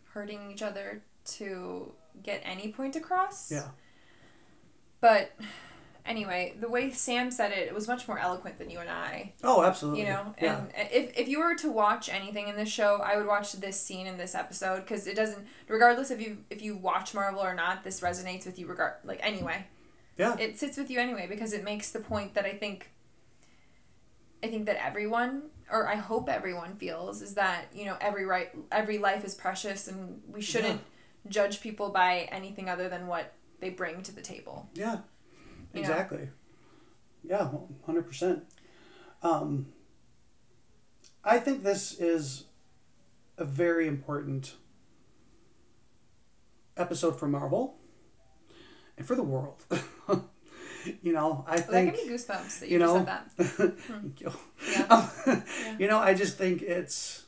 hurting each other to get any point across.
yeah,
But anyway, the way Sam said it, it was much more eloquent than you and I,
oh, absolutely,
you know?
yeah,
And uh, if, if you were to watch anything in this show, I would watch this scene in this episode because it doesn't, regardless if you if you watch Marvel or not, this resonates with you regard, like, anyway.
yeah,
it sits with you anyway because it makes the point that I think I think that everyone or I hope everyone feels is that, you know, every right every life is precious and we shouldn't judge people by anything other than what they bring to the table.
Yeah,
You know?
exactly. Yeah, hundred percent. Um, I think this is a very important episode for Marvel and for the world. *laughs* you know, I
But that
think
gave me goosebumps that
you
you, just
know,
said
*laughs*
that.
Thank you.
Hmm. Yeah.
Um, you know, I just think it's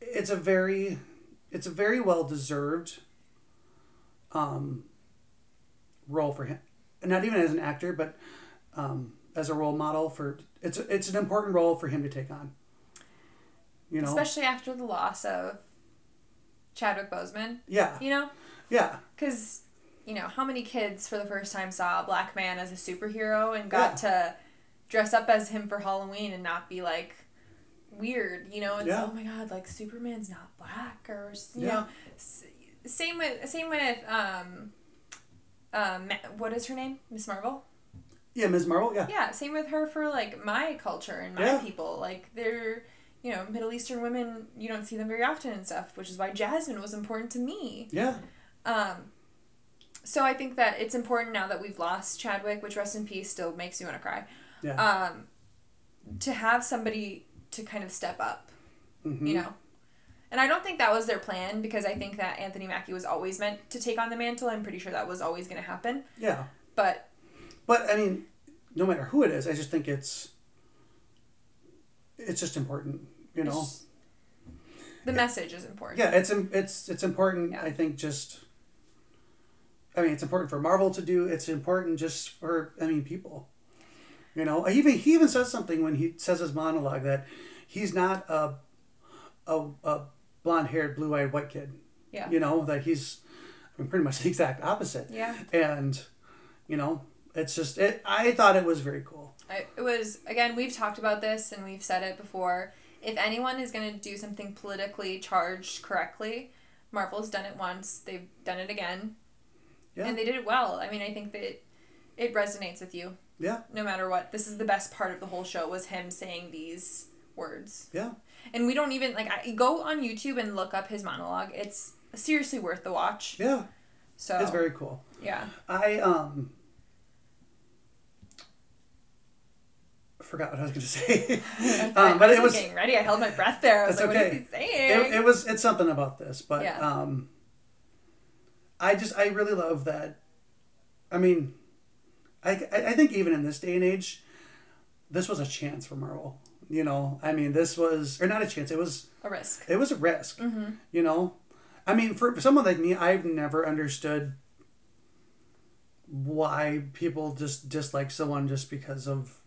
it's a very it's a very well deserved um, role for him, And not even as an actor, but um, as a role model for it's it's an important role for him to take on. You know,
Especially after the loss of Chadwick Boseman,
yeah,
you know?
yeah,
Cuz you know, how many kids for the first time saw a black man as a superhero and got to dress up as him for Halloween and not be like weird, you know? It's
Yeah.
oh my god, like Superman's not black or you
Yeah.
know. S- same with same with um um what is her name? Miss Marvel?
yeah. Ms. Marvel, yeah,
Yeah, same with her for like my culture and my
Yeah.
people. Like they're you know, Middle Eastern women, you don't see them very often and stuff, which is why Jasmine was important to me.
yeah,
Um, so I think that it's important now that we've lost Chadwick, which rest in peace still makes me want to cry.
yeah.
Um, to have somebody to kind of step up,
Mhm.
you know. And I don't think that was their plan because I think that Anthony Mackie was always meant to take on the mantle. I'm pretty sure that was always going to happen.
yeah.
But
But I mean, no matter who it is, I just think it's it's just important. You know,
it's- the message is important.
yeah it's im- it's it's important
Yeah.
i think just i mean it's important for marvel to do it's important just for i mean people you know he even he even says something when he says his monologue that he's not a a, a blonde haired blue eyed white kid
Yeah.
you know that he's I mean, pretty much the exact opposite
Yeah.
and you know it's just it, i thought it was very cool
I, it was again we've talked about this and we've said it before if anyone is going to do something politically charged correctly marvel's done it once they've done it again
Yeah.
and they did it well i mean i think that it resonates with you
yeah
no matter what this is the best part of the whole show was him saying these words
yeah
and we don't even like I, go on youtube and look up his monologue it's seriously worth the watch
yeah
so
it's very cool
yeah
I um forgot what I was going to *laughs* say, um, but
I
it
wasn't
was it,
getting ready i held my breath there i was
It's
like what
okay.
is he saying
it was it's something about this, but
Yeah.
um, I just I really love that. I mean, I I I think even in this day and age, this was a chance for Marvel. You know, I mean, this was or not a chance. It was
a risk
it was a risk.
Mm-hmm.
You know, I mean, for, for someone like me, I've never understood why people just dislike someone just because of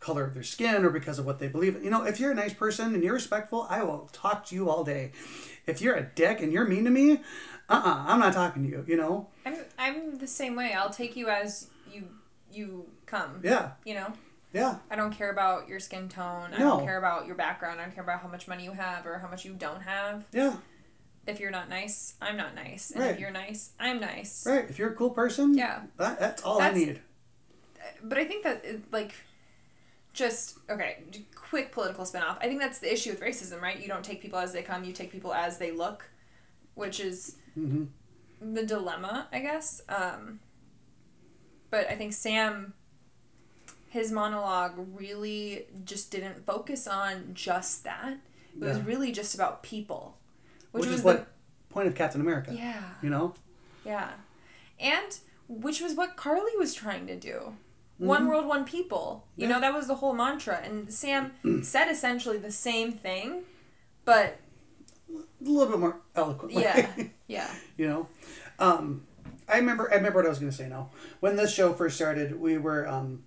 color of their skin or because of what they believe. You know, if you're a nice person and you're respectful, I will talk to you all day. If you're a dick and you're mean to me, uh-uh, I'm not talking to you, you know?
I'm I'm the same way. I'll take you as you you come.
Yeah,
You know,
yeah,
I don't care about your skin tone. I
No.
don't care about your background. I don't care about how much money you have or how much you don't have.
yeah,
If you're not nice, I'm not nice. And
Right.
if you're nice, I'm nice.
right. If you're a cool person,
Yeah.
that, that's all I
That's-
need.
But I think that it, like just okay, j- quick political spin off. I think that's the issue with racism, right? You don't take people as they come, you take people as they look, which is
hmm
the dilemma, I guess. Um, but I think Sam, his monologue really just didn't focus on just that. It was
Yeah.
really just about people, which,
Which,
was
is what point of Captain America,
the, yeah,
you know?
yeah, and which was what Carly was trying to do. One world, one people.
Mm-hmm.
You
Yeah.
know that was the whole mantra, and
*clears throat*
Sam said essentially the same thing, but
A little bit more eloquently. *laughs*
yeah, yeah,
you know um i remember i remember what i was going to say now when this show first started we were um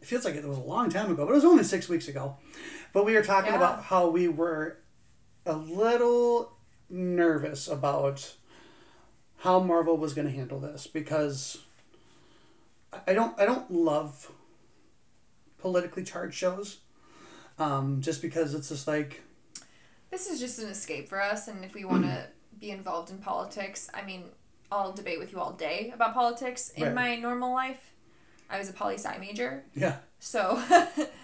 it feels like it was a long time ago but it was only six weeks ago but we were talking
Yeah.
about how we were a little nervous about how marvel was going to handle this because I- i don't i don't love politically charged shows um just because it's just like
This is just an escape for us, and if we want to
Mm.
be involved in politics, I mean, I'll debate with you all day about politics. In
Right.
my normal life, I was a poli sci major,
yeah
so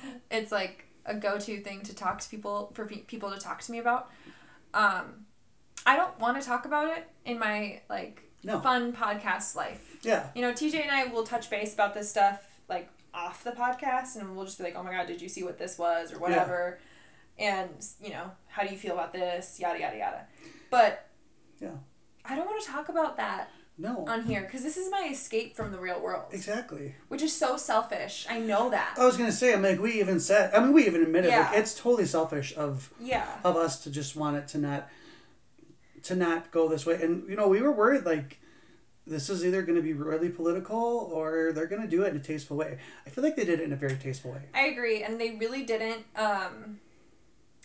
*laughs* it's like a go to thing to talk to people for pe- people to talk to me about. Um, I don't want to talk about it in my like
No.
fun podcast life.
yeah
You know, TJ and I will touch base about this stuff like off the podcast, and we'll just be like, "Oh my god, did you see what this was?" or whatever. And you know, how do you feel about this? Yada yada yada. But
yeah
I don't want to talk about that
no
on here because this is my escape from the real world,
exactly
which is so selfish. I know that.
I was gonna say, I'm like, we even said, I mean, we even admitted, like,
Yeah.
it's totally selfish of
yeah.
of us to just want it to not to not go this way. And you know, we were worried like this is either gonna be really political or they're gonna do it in a tasteful way. I feel like they did it in a very tasteful way.
I agree, and they really didn't. Um,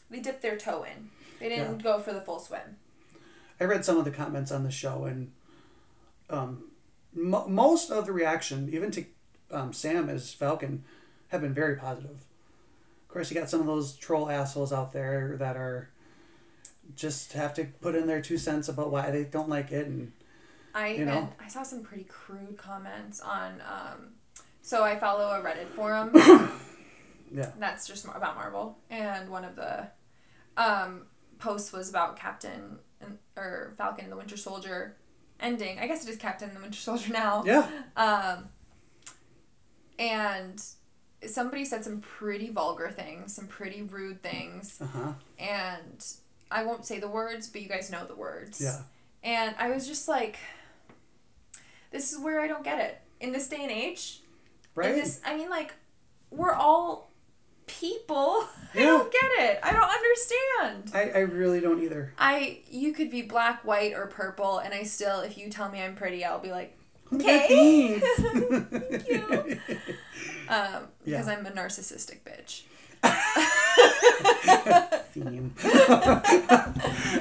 they dipped their toe in. They didn't go for the full swim.
I read some of the comments on the show, and um, mo- most of the reaction, even to um, Sam as Falcon, have been very positive. Of course, you got some of those troll assholes out there that are just have to put in their two cents about why they don't like it, and
I
You
even
know?
I saw some pretty crude comments on. Um, so I follow a Reddit forum.
*coughs* Yeah.
That's just mar- about Marvel, and one of the um, posts was about Captain and or Falcon and the Winter Soldier ending. I guess it is Captain and the Winter *laughs* Soldier now.
yeah,
Um, and somebody said some pretty vulgar things, some pretty rude things,
uh huh,
and I won't say the words, but you guys know the words.
yeah,
And I was just like, this is where I don't get it. In this day and age, in
right,
this, I mean, like, we're all people. *laughs* I
Yeah.
don't get it. I don't understand.
I I really don't either.
I, you could be black, white, or purple, and I still, if you tell me I'm pretty, I'll be like, okay. *laughs*
Thank
you. um,
*laughs*
because
Yeah.
I'm a narcissistic bitch.
*laughs* Theme.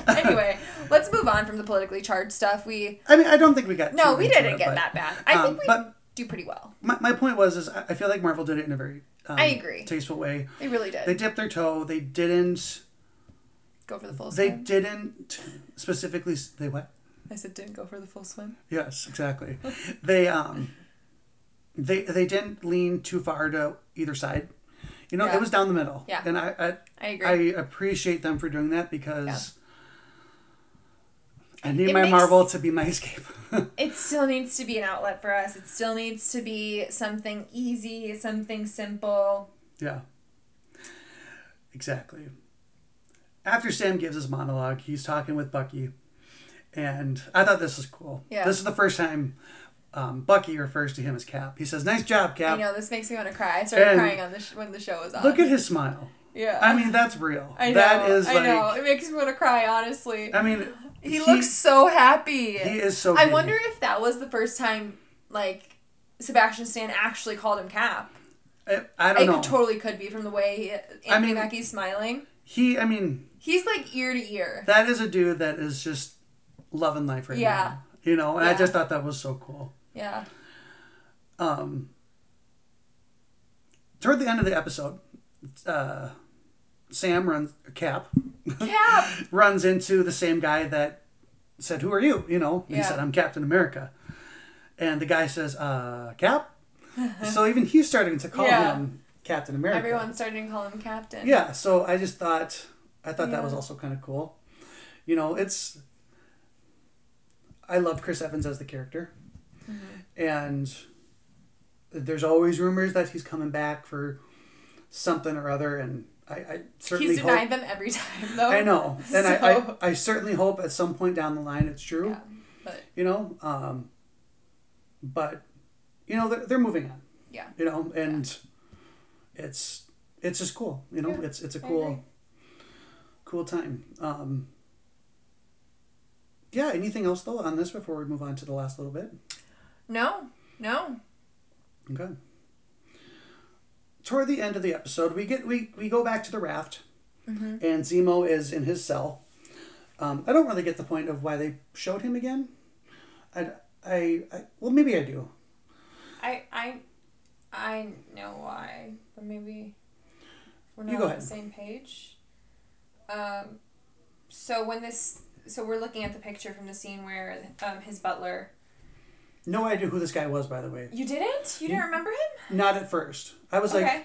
anyway, let's move on from the politically charged stuff. We,
I mean, I don't think we got.
no,
too
we
into
didn't
it,
get
but
that bad. I
um,
think we
but-
do pretty well.
My, my point was is I I feel like Marvel did it in a very um,
I agree.
tasteful way.
They really did.
They dipped their toe. They didn't.
go for the full
They
swim.
didn't specifically. s- They what?
I said didn't go for the full swim.
Yes, exactly. *laughs* they um. They they didn't lean too far to either side. You know,
Yeah.
it was down the middle.
Yeah.
And I I,
I agree.
I appreciate them for doing that because. I need
It
my
makes-
Marvel to be my escape. *laughs*
it still needs to be an outlet for us. It still needs to be something easy, something simple.
Yeah. Exactly. After Sam gives his monologue, he's talking with Bucky, and I thought this was cool.
Yeah.
This is the first time um, Bucky refers to him as Cap. He says, "Nice job,
I
Cap."
know this makes me want to cry. I started
And-
crying on the sh- when the show was on.
Look at his smile.
yeah.
I mean, that's real.
I know.
That is
I
like.
know. It makes me want to cry. Honestly,
I mean,
he, looks so happy.
He is so.
I
giddy.
wonder if that was the first time like Sebastian Stan actually called him Cap.
I, I don't
It
know.
totally could be from the way Anthony
mean-
Mackie's smiling.
he, I mean,
He's like ear to ear.
that is a dude that is just loving life right
Yeah.
now. You know, and I
Yeah.
just thought that was so cool. *laughs*
Yeah.
Um, toward the end of the episode, uh, Sam runs Cap
Cap.
runs into the same guy that said, "Who are you?" You know, and he
Yeah.
said, "I'm Captain America," and the guy says, "Uh, Cap."
*laughs*
so even he's starting to call
Yeah.
him Captain America.
Everyone started to call him Captain.
Yeah, so I just thought I thought that was
Yeah.
also kind of cool. You know, it's I love Chris Evans as the character.
Mm-hmm.
And there's always rumors that he's coming back for something or other and I, I certainly
He's
hope
denied them every time though.
I
*laughs*
know. And I, I, *laughs*
So-
I certainly hope at some point down the line it's true.
Yeah. But
You know? Um but you know, they're, they're moving on
yeah.
you know and it's it's just cool you know
Yeah,
it's it's a
I
cool
agree.
cool time um yeah anything else though on this before we move on to the last little bit
No. No.
okay toward the end of the episode we get we we go back to the raft
Mm-hmm.
and zemo is in his cell um i don't really get the point of why they showed him again i i, I well maybe i do
I I I know why, but maybe we're
You
not
go
on
ahead.
the same page. Um, so when this, so we're looking at the picture from the scene where um, his butler.
no idea who this guy was by the way
You didn't? You didn't remember him?
not at first i Mm-hmm. was like
okay.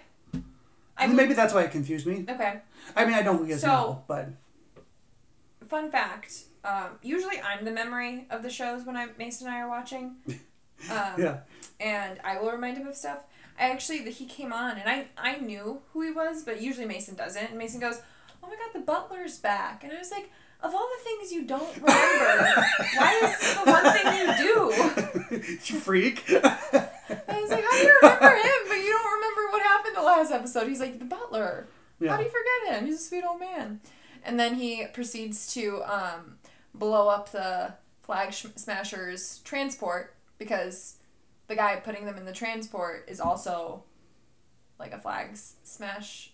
I
maybe that's why it confused me.
Okay.
I mean, I know who he is
So-
now, but
Fun fact. Um, usually I'm the memory of the shows when I Mason and I are watching. Um,
yeah, *laughs*
and I will remind him of stuff. I actually he came on and I I knew who he was, but usually Mason doesn't. And Mason goes, "Oh my God, the butler's back!" And I was like, "Of all the things you don't remember, why is this the one thing you do?"
you freak. *laughs*
I was like, "How do you remember him, but you don't remember what happened the last episode?" He's like, "The butler. How do
yeah,
you forget him? He's a sweet old man." And then he proceeds to um, blow up the flag sh- smasher's transport because the guy putting them in the transport is also like a flag s- smash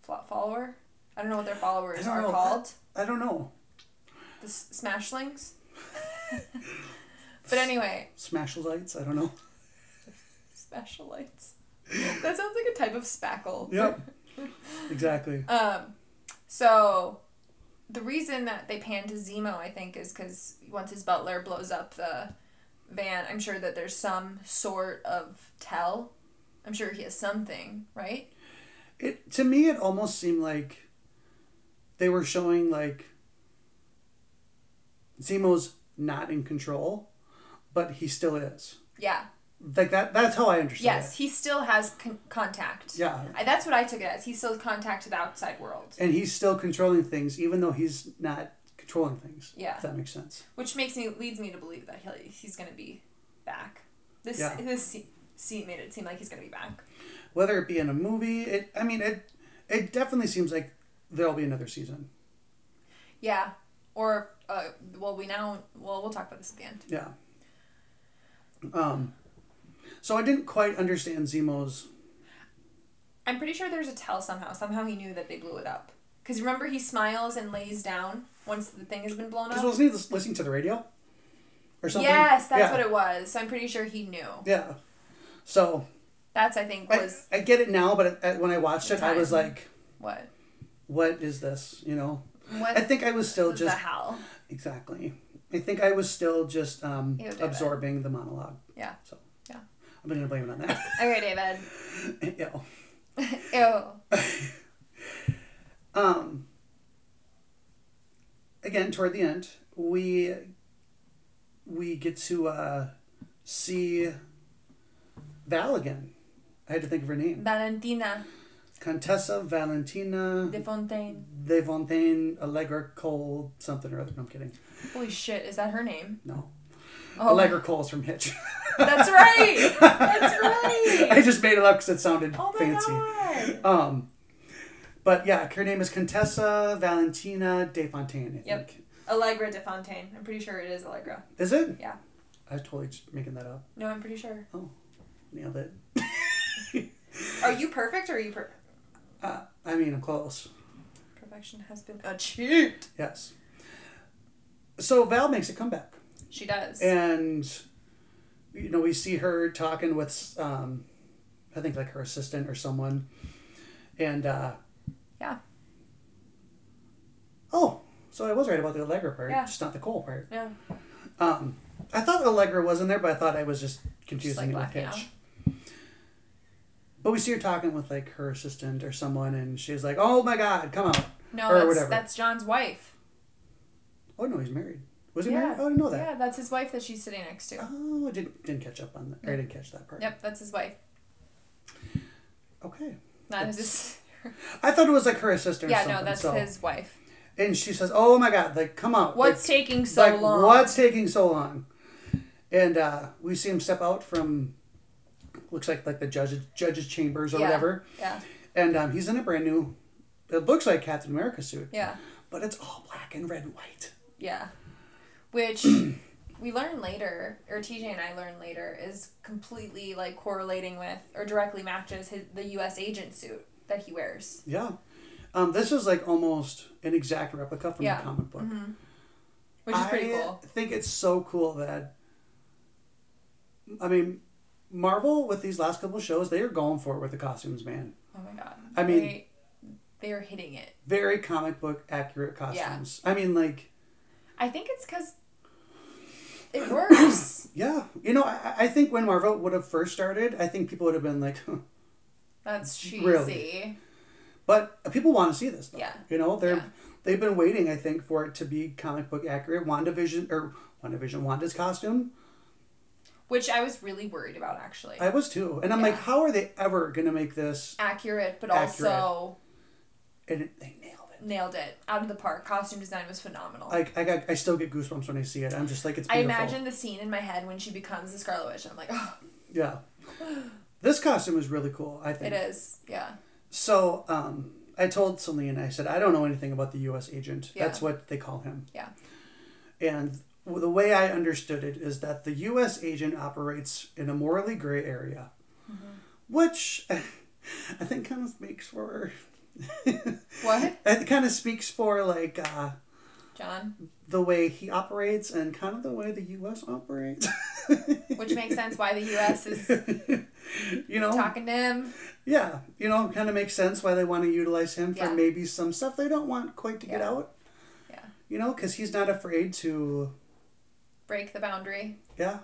fl- follower. I don't know what their
I
followers
don't
are
know.
called.
I don't know.
The s- smashlings. *laughs* but anyway,
Smashlights. I don't know.
specialites. That sounds like a type of spackle. *laughs*
Yep, exactly.
Um, so the reason that they pan to Zemo, I think, is because once his butler blows up the van, I'm sure that there's some sort of tell. I'm sure he has something, right?
It to me, it almost seemed like they were showing like Zemo's not in control, but he still is.
Yeah.
Like that. That's how I understood
Yes,
it.
he still has con- contact.
Yeah.
I, that's what I took it as. He still has contact to the outside world,
And he's still controlling things, even though he's not controlling things.
Yeah.
If that makes sense.
which makes me leads me to believe that he'll, he's going to be back. This
Yeah.
this se- scene made it seem like he's going to be back.
whether it be in a movie it i mean it it definitely seems like there'll be another season
Yeah. Or uh, well, we now well we'll talk about this at the end.
yeah um so i didn't quite understand zemo's
I'm pretty sure there's a tell somehow. Somehow he knew that they blew it up. Because remember, he smiles and lays down once the thing has been blown
because
up?
wasn't he lis- listening to the radio or something
Yes, that's
yeah.
what it was. So I'm pretty sure he knew.
yeah so
That's, I think,
I,
was
I get it now but it- I- when i watched it i was
Time.
like
what?
what is this you know
What
i think i was still
the
just
hell?
exactly i think i was still just um
Ew, David.
absorbing the monologue
Yeah.
so
Yeah.
i'm gonna blame it on that *laughs*
Okay, David.
yeah
Ew.
Um, again, toward the end, we we get to uh, see Val again. I had to think of her name.
Valentina
Contessa Valentina
de Fontaine.
De Fontaine Allegra Cole something or other. No, I'm kidding.
Holy shit, is that her name?
No,
Oh,
Allegra Cole's from Hitch. *laughs*
that's right. That's right.
I just made it up because it sounded
Oh my
fancy.
god.
Um, but yeah, her name is Contessa Valentina De Fontaine. I
Yep.
think.
Allegra de Fontaine. I'm pretty sure it is Allegra.
Is it?
Yeah.
I was totally just making that up.
No, I'm pretty sure.
Nailed it.
Are you perfect or are you per-
Uh, I mean, I'm close.
perfection has been achieved?
Yes. So Val makes a comeback,
She does.
and you know we see her talking with, um, I think like her assistant or someone, and uh,
Yeah.
oh, so I was right about the Allegra part,
Yeah.
just not the Cole part.
Yeah.
Um, I thought Allegra was in there, but I thought I was just confusing
like,
it
blacking
with
out.
Hitch. But we see her talking with like her assistant or someone, and she's like, "Oh my God, come out!"
No,
Or
that's
whatever.
that's John's wife.
Oh no, he's married. Was he
yeah.
married? Oh, I didn't know that.
Yeah, that's his wife that she's sitting next to.
Oh, I didn't didn't catch up on that. Or I didn't catch that part.
Yep, that's his wife.
Okay.
Not his.
I thought it was like her sister. Or
yeah,
something,
no, that's
so.
his wife.
And she says, "Oh my God, like come out!
What's
like,
taking so
like,
long?
What's taking so long?" And uh, we see him step out from, looks like like the judge's judge's chambers or
Yeah.
whatever,
Yeah,
and um, he's in a brand new, it looks like Captain America suit,
yeah,
but it's all black and red and white.
yeah.
*clears throat*
Which we learn later, or TJ and I learn later, is completely like correlating with or directly matches his, the U.S. agent suit that he wears.
Yeah, um, this is like almost an exact replica from
Yeah. Mm-hmm.
the comic book.
Which is pretty
I
cool.
think it's so cool that, I mean, Marvel with these last couple shows, they are going for it with the costumes, man.
Oh my god.
I mean-
they, they are hitting it.
Very comic book accurate costumes. I mean, like,
I think it's because
*coughs*
it works.
yeah, you know, I, I think when Marvel would have first started, I think people would have been like, huh.
That's cheesy.
Really. but people want to see this, though.
Yeah.
You know, they're
Yeah.
they've been waiting, I think, for it to be comic book accurate. WandaVision or WandaVision, Wanda's costume.
Which I was really worried about actually.
I was too, and I'm like,
Yeah.
how are they ever gonna make this?
Accurate, but
Accurate.
also
And it, they nailed it.
nailed it out of the park. Costume design was phenomenal. I,
I, I, got, I still get goosebumps when I see it. I'm just like, it's beautiful.
imagine the scene in my head when she becomes the Scarlet Witch. I'm like, oh,
Yeah. This costume is really cool, I
it
think.
is. Yeah.
So, um, I told Celine, I said, I don't know anything about the U.S. agent.
Yeah.
That's what they call him.
Yeah.
And w- the way I understood it is that the U.S. agent operates in a morally gray area,
Mm-hmm.
which *laughs* I think kind of speaks for,
What?
it kind of speaks for like, uh,
John?
the way he operates and kind of the way the U.S. operates, *laughs*
Which makes sense why the US is
you know?
talking to him.
Yeah, you know, kind of makes sense why they want to utilize him for
Yeah.
maybe some stuff they don't want quite to get
Yeah.
out.
Yeah.
You know, because he's not afraid to,
Break the boundary.
yeah,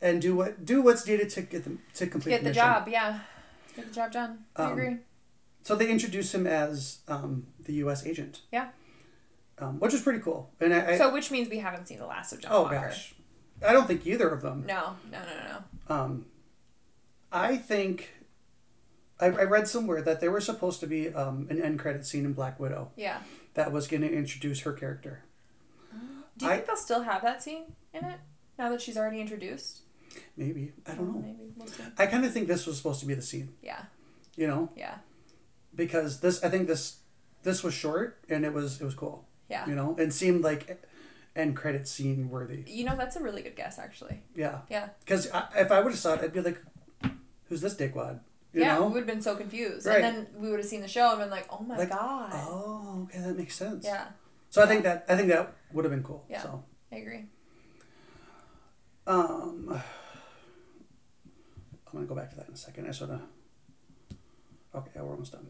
and do what do what's needed to get them to complete
Get the
mission.
job, yeah. Get the job done. I
Um,
agree.
So they introduce him as um, the U.S. agent.
Yeah.
um, which is pretty cool. And I, I
So, which means we haven't seen the last of John
oh
Walker.
gosh, I don't think either of them.
No, no, no, no, no.
Um, I think I, I read somewhere that there was supposed to be um, an end credit scene in Black Widow
Yeah.
that was going to introduce her character.
Do you
I-
think they'll still have that scene in it now that she's already introduced?
Maybe I don't know.
Maybe we'll see.
I kind of think this was supposed to be the scene,
Yeah,
you know,
yeah,
because this I think this this was short and it was it was cool,
yeah.
you know, and seemed like end credit scene worthy.
You know, that's a really good guess, actually.
Yeah,
Yeah,
because if I would have saw it, I'd be like, "Who's this dickwad?" You
yeah.
know.
We would have been so confused,
Right.
and then we would have seen the show and been like, "Oh my
Like,
god!"
Oh, okay, that makes sense.
Yeah,
So I think that I think that would have been cool.
Yeah.
So,
I agree.
um, *sighs* I'm gonna go back to that in a second. I sort of. Okay, we're almost done.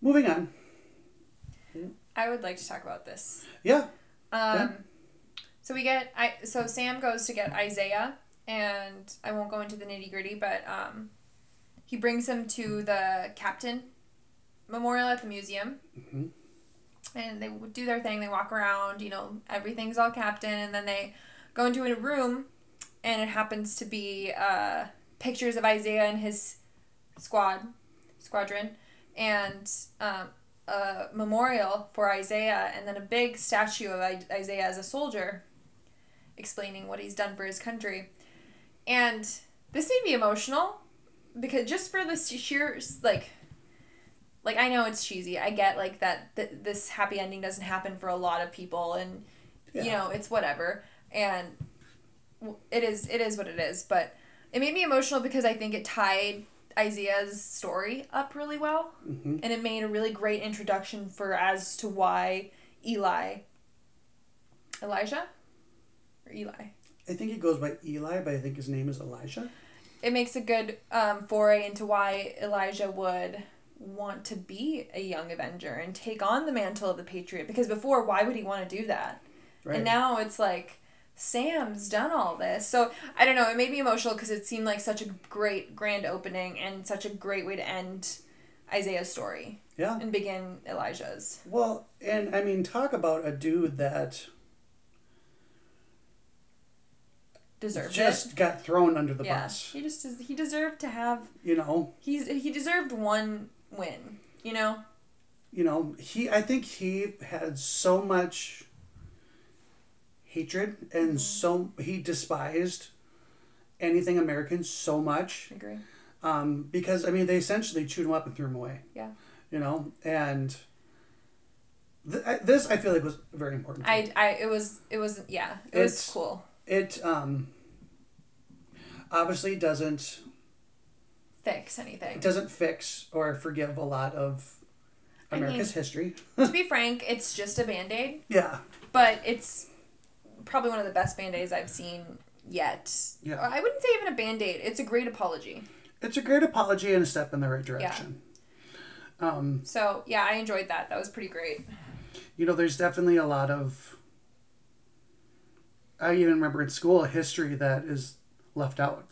Moving on.
I would like to talk about this.
Yeah.
Um,
Yeah.
so we get I. So Sam goes to get Isaiah, and I won't go into the nitty gritty, but um, he brings him to the captain memorial at the museum.
hmm
and they would do their thing. They walk around, you know, everything's all captain, and then they go into a room, and it happens to be uh, pictures of Isaiah and his squad, squadron, and um, a memorial for Isaiah, and then a big statue of I- Isaiah as a soldier, explaining what he's done for his country, and this made me emotional, because just for the sheer like like I know it's cheesy. I get like that th- this happy ending doesn't happen for a lot of people and you
Yeah.
know, it's whatever. And w- it is it is what it is, but It made me emotional because I think it tied Isaiah's story up really well,
Mhm.
and it made a really great introduction for as to why Eli, Elijah, or Eli.
I think he goes by Eli, but I think his name is Elijah.
It makes a good um, foray into why Elijah would want to be a young Avenger and take on the mantle of the Patriot because before, why would he want to do that?
Right.
And now it's like Sam's done all this. So I don't know. It made me emotional because it seemed like such a great grand opening and such a great way to end Isaiah's story
yeah.
and begin Elijah's.
Well, and I mean, talk about a dude that
Deserved
just
it.
got thrown under the
yeah,
bus.
he just des- he deserved to have
You know,
he's he deserved one win. You know,
you know, he. I think he had so much hatred
Mm-hmm.
and so he despised anything American so much
I agree.
um, because I mean they essentially chewed him up and threw him away.
Yeah.
You know, and th- I- this I feel like was very important. to me.
I, I it was it was yeah it was
It's-
cool
it um, obviously doesn't
fix
it
anything
doesn't fix or forgive a lot of
I mean-
America's history.
to be frank it's just a band-aid
Yeah,
but it's probably one of the best band-aids i've seen yet
Yeah.
Or i wouldn't say even a band-aid it's a great apology
it's a great apology and a step in the right direction. Um,
so yeah i enjoyed that that was pretty great
you know, there's definitely a lot of. I even remember in school a history that is left out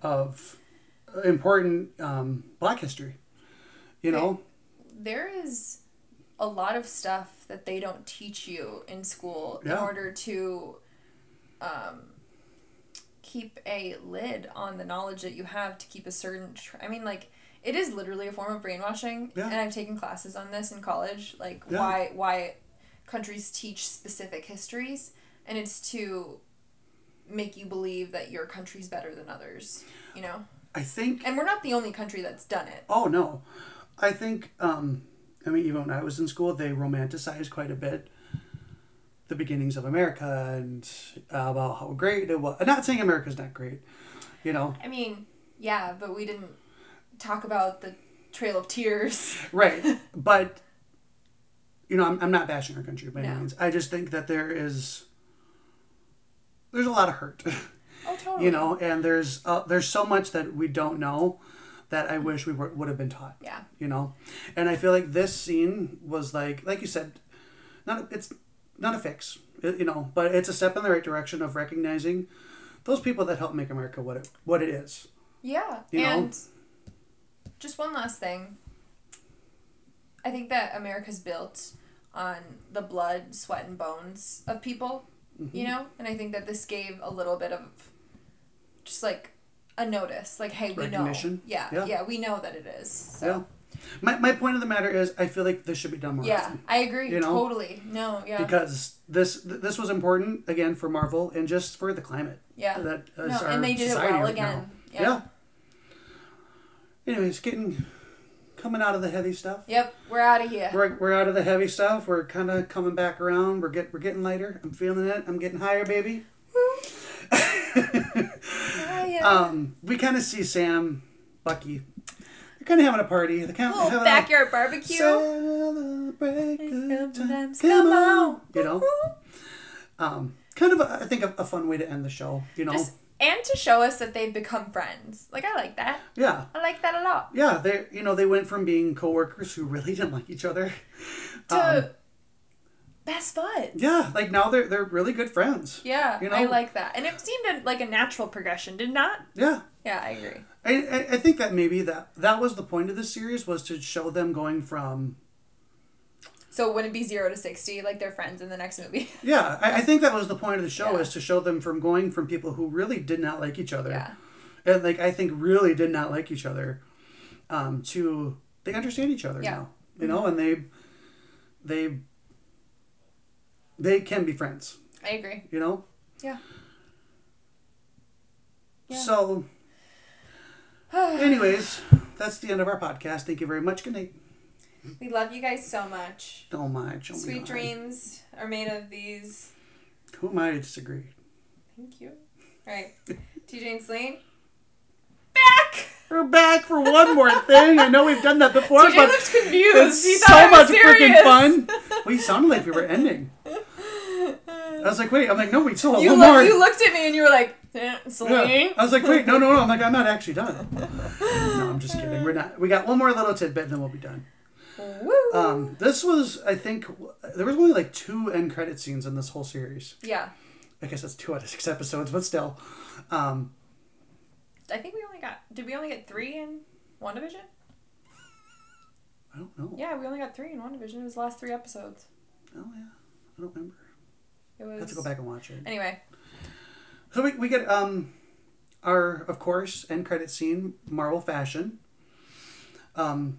of important um, black history. You know,
there is a lot of stuff that they don't teach you in school in
Yeah.
order to um, keep a lid on the knowledge that you have to keep a certain tr- i mean like it is literally a form of brainwashing
Yeah.
and i've taken classes on this in college like
Yeah.
why why countries teach specific histories and it's to make you believe that your country's better than others you know
I think.
and we're not the only country that's done it
Oh no, I think. Um, I mean, even when I was in school, they romanticized quite a bit the beginnings of America and uh, about how great it was. I'm not saying America's not great, you know.
I mean, yeah, but we didn't talk about the Trail of Tears.
Right. But, you know, I'm, I'm not bashing our country by any
No.
means. I just think that there is, there's a lot of hurt,
*laughs* Oh, totally.
you know, and there's, uh, there's so much that we don't know that I wish we were, would have been taught,
Yeah.
you know? And I feel like this scene was like, like you said, not, it's not a fix, it- you know, but it's a step in the right direction of recognizing those people that helped make America what it, what it is.
Yeah.
You know?
and just one last thing. I think that America's built on the blood, sweat, and bones of people,
Mm-hmm.
you know? And I think that this gave a little bit of just like a notice. Like, hey, we know.
Recognition?
Yeah,
Yeah.
yeah. we know that it is.
Yeah.
So,
My, my point of the matter is, I feel like this should be done more
yeah,
often.
I agree.
You know?
Totally. No, yeah.
because this th- this was important again for Marvel and just for the climate.
yeah.
That is
No,
our
and they did it
society
well
right
again.
now. Yeah. Anyways, getting coming out of the heavy stuff.
Yep, we're out of here.
We're, we're out of the heavy stuff. We're kind of coming back around. We're get we're getting lighter. I'm feeling it. I'm getting higher, baby. *laughs*
Hiya.
Um, we kind of see Sam, Bucky. They're kind of having a party. They're kind of
little
having
Oh, backyard
a
barbecue.
celebrate good times.
Sometimes
Come
come
on,
on.
you know. Um, kind of a, I think a, a fun way to end the show. You know,
Just, and to show us that they've become friends. Like I like that.
yeah.
I like that a lot.
Yeah, they you know they went from being coworkers who really *laughs* didn't like each other.
To
Um,
best buds.
yeah, like now they're they're really good friends.
Yeah,
You know?
I like that. And it seemed a, like a natural progression, did not?
Yeah.
Yeah, I agree.
I, I, I think that maybe that that was the point of this series was to show them going from
So would it be zero to sixty like they're friends in the next movie? *laughs*
yeah I, I think that was the point of the show
Yeah.
is to show them from going from people who really did not like each other
yeah.
and like I think really did not like each other um, to they understand each other
Yeah. Mm-hmm.
now you know and they they they can be friends
I agree. *sighs*
you know
Yeah. Yeah.
So, anyways, that's the end of our podcast. Thank you very much. Good night.
We love you guys so much.
Oh my, oh my, oh
Sweet
my.
dreams are made of these.
Who am I to disagree? *laughs*
Thank you. All right. TJ and Celine,
We're back for one more thing. I know we've done that before,
TJ
but
looked confused.
it's
He
so
thought I was
much freaking
serious. *laughs*
fun. We sounded like we were ending. I was like, wait. I'm like, no, we still have
You,
one
look,
more.
you looked at me and you were like, eh,
Oh, Yeah.
Celine.
I was like, wait, no, no, no. I'm like, I'm not actually
*laughs*
done. No, I'm just kidding. We're not. We got one more little tidbit, and then we'll be done.
Woo.
Um, this was, I think, w- there was only like two end credit scenes in this whole series.
yeah.
I guess that's two out of six episodes, but still. Um,
I think we only got, did we only get three in WandaVision?
I don't know.
Yeah, we only got three in WandaVision. It was the last three episodes.
Oh yeah, I don't remember.
It was.
I have to go back and watch it.
Anyway,
So we, we get um our of course end credit scene Marvel fashion. Um,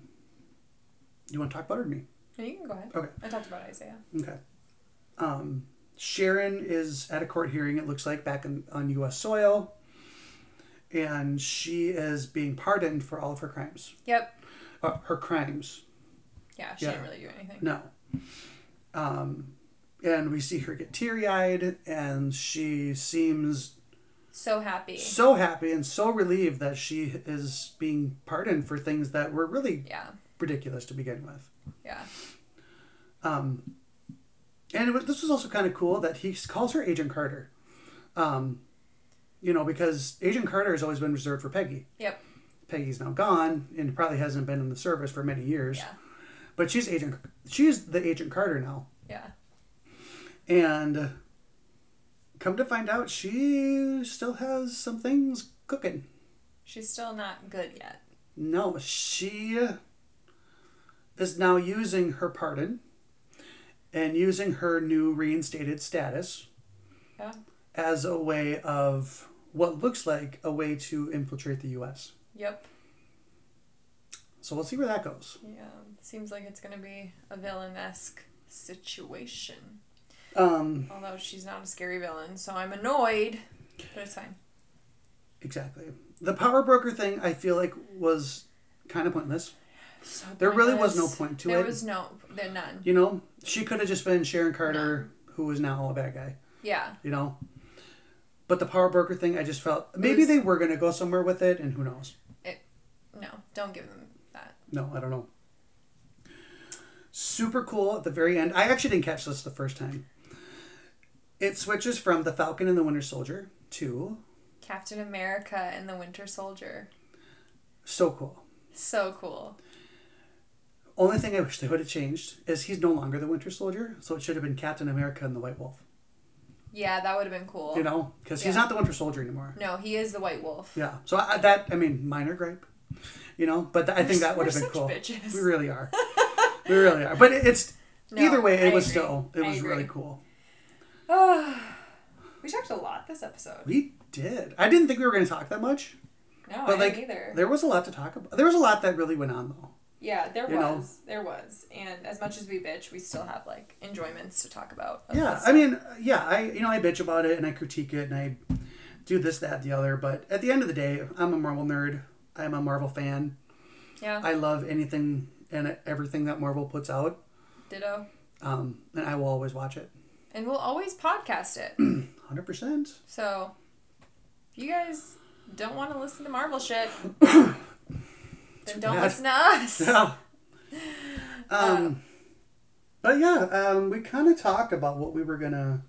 you want to talk about it or me?
you can go ahead.
Okay.
I talked about Isaiah.
Okay. Um, Sharon is at a court hearing. It looks like back in, on U.S. soil, and she is being pardoned for all of her crimes.
Yep.
Uh, her crimes.
Yeah, she
Yeah.
didn't really do anything.
No. Um, and we see her get teary eyed, and she seems
So happy.
so happy and so relieved that she is being pardoned for things that were really
yeah.
ridiculous to begin with.
Yeah.
Um, and it was, this was also kind of cool that he calls her Agent Carter. Um, you know, because Agent Carter has always been reserved for Peggy.
Yep.
Peggy's now gone and probably hasn't been in the service for many years.
Yeah.
But she's Agent. She's the Agent Carter now.
Yeah.
And come to find out, she still has some things cooking.
She's still not good yet.
No, she is now using her pardon and using her new reinstated status
Yeah.
as a way of what looks like a way to infiltrate the US.
Yep.
So we'll see where that goes.
Yeah. Seems like it's gonna be a villain esque situation.
Um,
Although she's not a scary villain, so I'm annoyed. But it's fine.
exactly. The power broker thing, I feel like, was kind of pointless.
So
There really was
pointless.
no point to
There
it.
was no there none.
You know, she could have just been Sharon Carter, who is now a bad guy.
Yeah.
you know. But the power broker thing, I just felt maybe
was-
they were gonna go somewhere with it, and who knows?
No. Don't give them that.
No, I don't know. Super cool at the very end. I actually didn't catch this the first time. It switches from the Falcon and the Winter Soldier to
Captain America and the Winter Soldier.
so cool.
So cool.
Only thing I wish they would have changed is he's no longer the Winter Soldier, so it should have been Captain America and the White Wolf.
Yeah, that would have been cool.
You know, because he's
Yeah.
not the Winter Soldier anymore.
No, he is the White Wolf.
Yeah. So I, that I mean, minor gripe. You know, but I think that would have
We're
been
such
cool.
bitches.
We really are. we really are. But it, it's
No,
either way, it
I
was
agree.
still it
I
was
agree.
really cool.
*sighs* we talked a lot this episode.
We did. I didn't think we were going to talk that much,
No,
but
I
like
didn't either.
there was a lot to talk about. There was a lot that really went on though.
yeah, there
you know.
was. There was. And as much as we bitch, we still have like enjoyments to talk about. of
Yeah,
this
I mean, yeah, I you know I bitch about it and I critique it and I do this, that, the other. But at the end of the day, I'm a Marvel nerd. I'm a Marvel fan.
stuff. yeah,
I love anything and everything that Marvel puts out,
ditto.
um, and I will always watch it.
And we'll always podcast it.
Hundred percent.
so if you guys don't want to listen to Marvel
*coughs*
shit, then don't
bad.
listen
*laughs*
to us. *laughs*
Yeah. Um, but yeah, um, we kind of talked about what we were gonna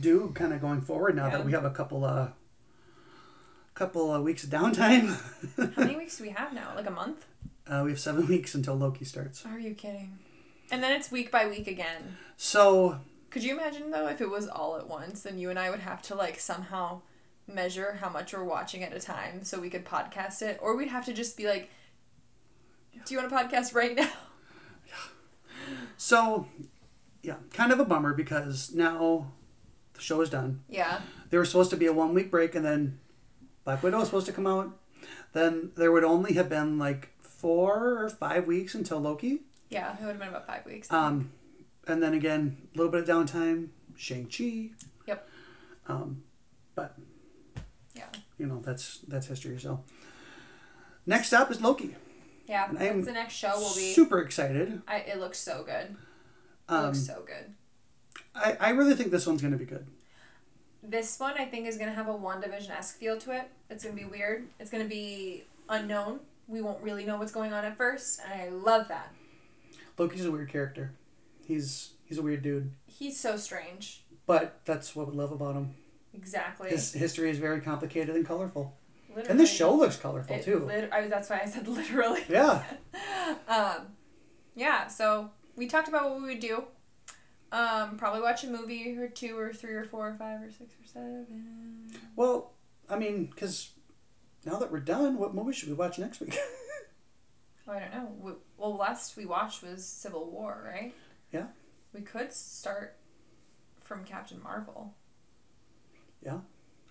do, kind of going forward. Now
Yeah.
that we have a couple uh couple of weeks of downtime, *laughs*
How many weeks do we have now? Like a month?
uh, we have seven weeks until Loki starts.
Are you kidding? And then it's week by week again.
So
Could you imagine though if it was all at once, then you and I would have to like somehow measure how much we're watching at a time so we could podcast it, or we'd have to just be like, "Do you want to podcast right now?" *laughs*
so yeah, kind of a bummer because now the show is done.
Yeah,
There was supposed to be a one week break, and then Black Widow was supposed to come out. Then there would only have been like four or five weeks until Loki.
yeah, it would have been about five weeks.
Um, and then again, a little bit of downtime, Shang Chi.
Yep.
Um, but
yeah,
you know that's that's history. So next up is Loki.
yeah.
and I am
That's the next show will be.
Super excited.
I, it looks so good. It
Um,
looks so good.
I I really think this one's gonna be good.
This one I think is gonna have a Wandavision esque feel to it. It's gonna be weird. It's gonna be unknown. We won't really know what's going on at first, and I love that.
Loki's a weird character. He's he's a weird dude,
He's so strange.
but that's what we love about him.
Exactly.
His history is very complicated and colorful,
Literally.
and this show looks colorful
It
too.
lit- I, that's why I said *laughs* literally.
Yeah,
Um, yeah, so we talked about what we would do. Um, probably watch a movie or two or three or four or five or six or seven.
well, I mean, because now that we're done, what movie should we watch next week? *laughs*
Oh, I don't know. We, well, last we watched was Civil War, right?
Yeah.
We could start from Captain Marvel.
Yeah.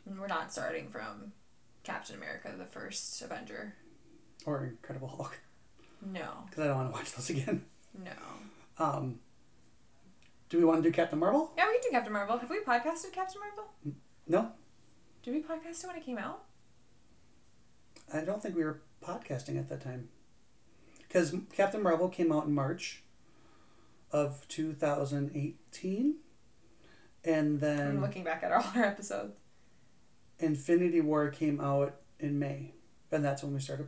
And we're not starting from Captain America, the first Avenger.
or Incredible Hulk,
No,
because I don't want to *laughs* watch those again.
no.
Um, do we want to do Captain Marvel?
Yeah, we can do Captain Marvel. Have we podcasted Captain Marvel?
No,
Did we podcast it when it came out?
I don't think we were podcasting at that time. Because Captain Marvel came out in March of 2018. And
I'm
then
looking back at all our episodes.
Infinity War came out in May. And that's when we started.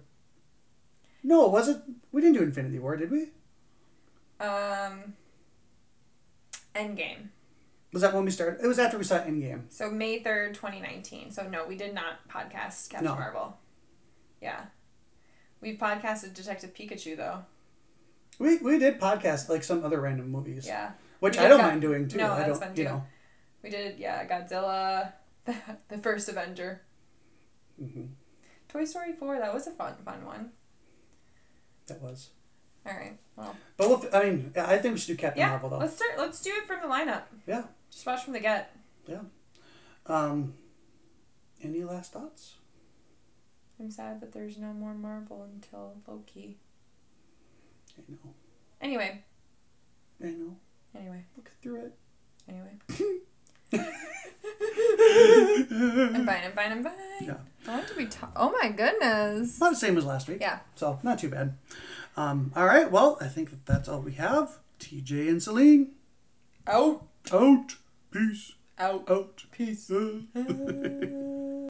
No, was it? We didn't do Infinity War, did we?
Um, Endgame.
Was that when we started? It was after we saw Endgame.
So May 3rd, 2019. So no, we did not podcast Captain
No.
Marvel. Yeah. We've podcasted Detective Pikachu though.
We, we did podcast like some other random movies,
Yeah.
which
We
I
did
don't
Go-
mind doing too.
No,
I
that's
don't,
fun,
you
too.
know.
We did yeah, Godzilla, *laughs* the, the first Avenger.
Mhm.
Toy Story 4, that was a fun fun one.
That was.
All right. Well,
But we'll, I mean, I think we should do Captain
yeah.
Marvel though.
Let's start let's do it from the lineup.
Yeah.
Just watch from the get.
Um, any last thoughts?
I'm sad that there's no more Marvel until Loki.
I know.
Anyway,
I know.
anyway,
We'll get through
*laughs*
it.
anyway. I'm fine. I'm fine. I'm fine.
Yeah.
How long did we talk? Oh my goodness.
About the same as last week.
Yeah.
So, not too bad. Um, all right. Well, I think that that's all we have. TJ and Celine,
Out.
out. Peace.
Out. *laughs*
Out. Peace.
Out.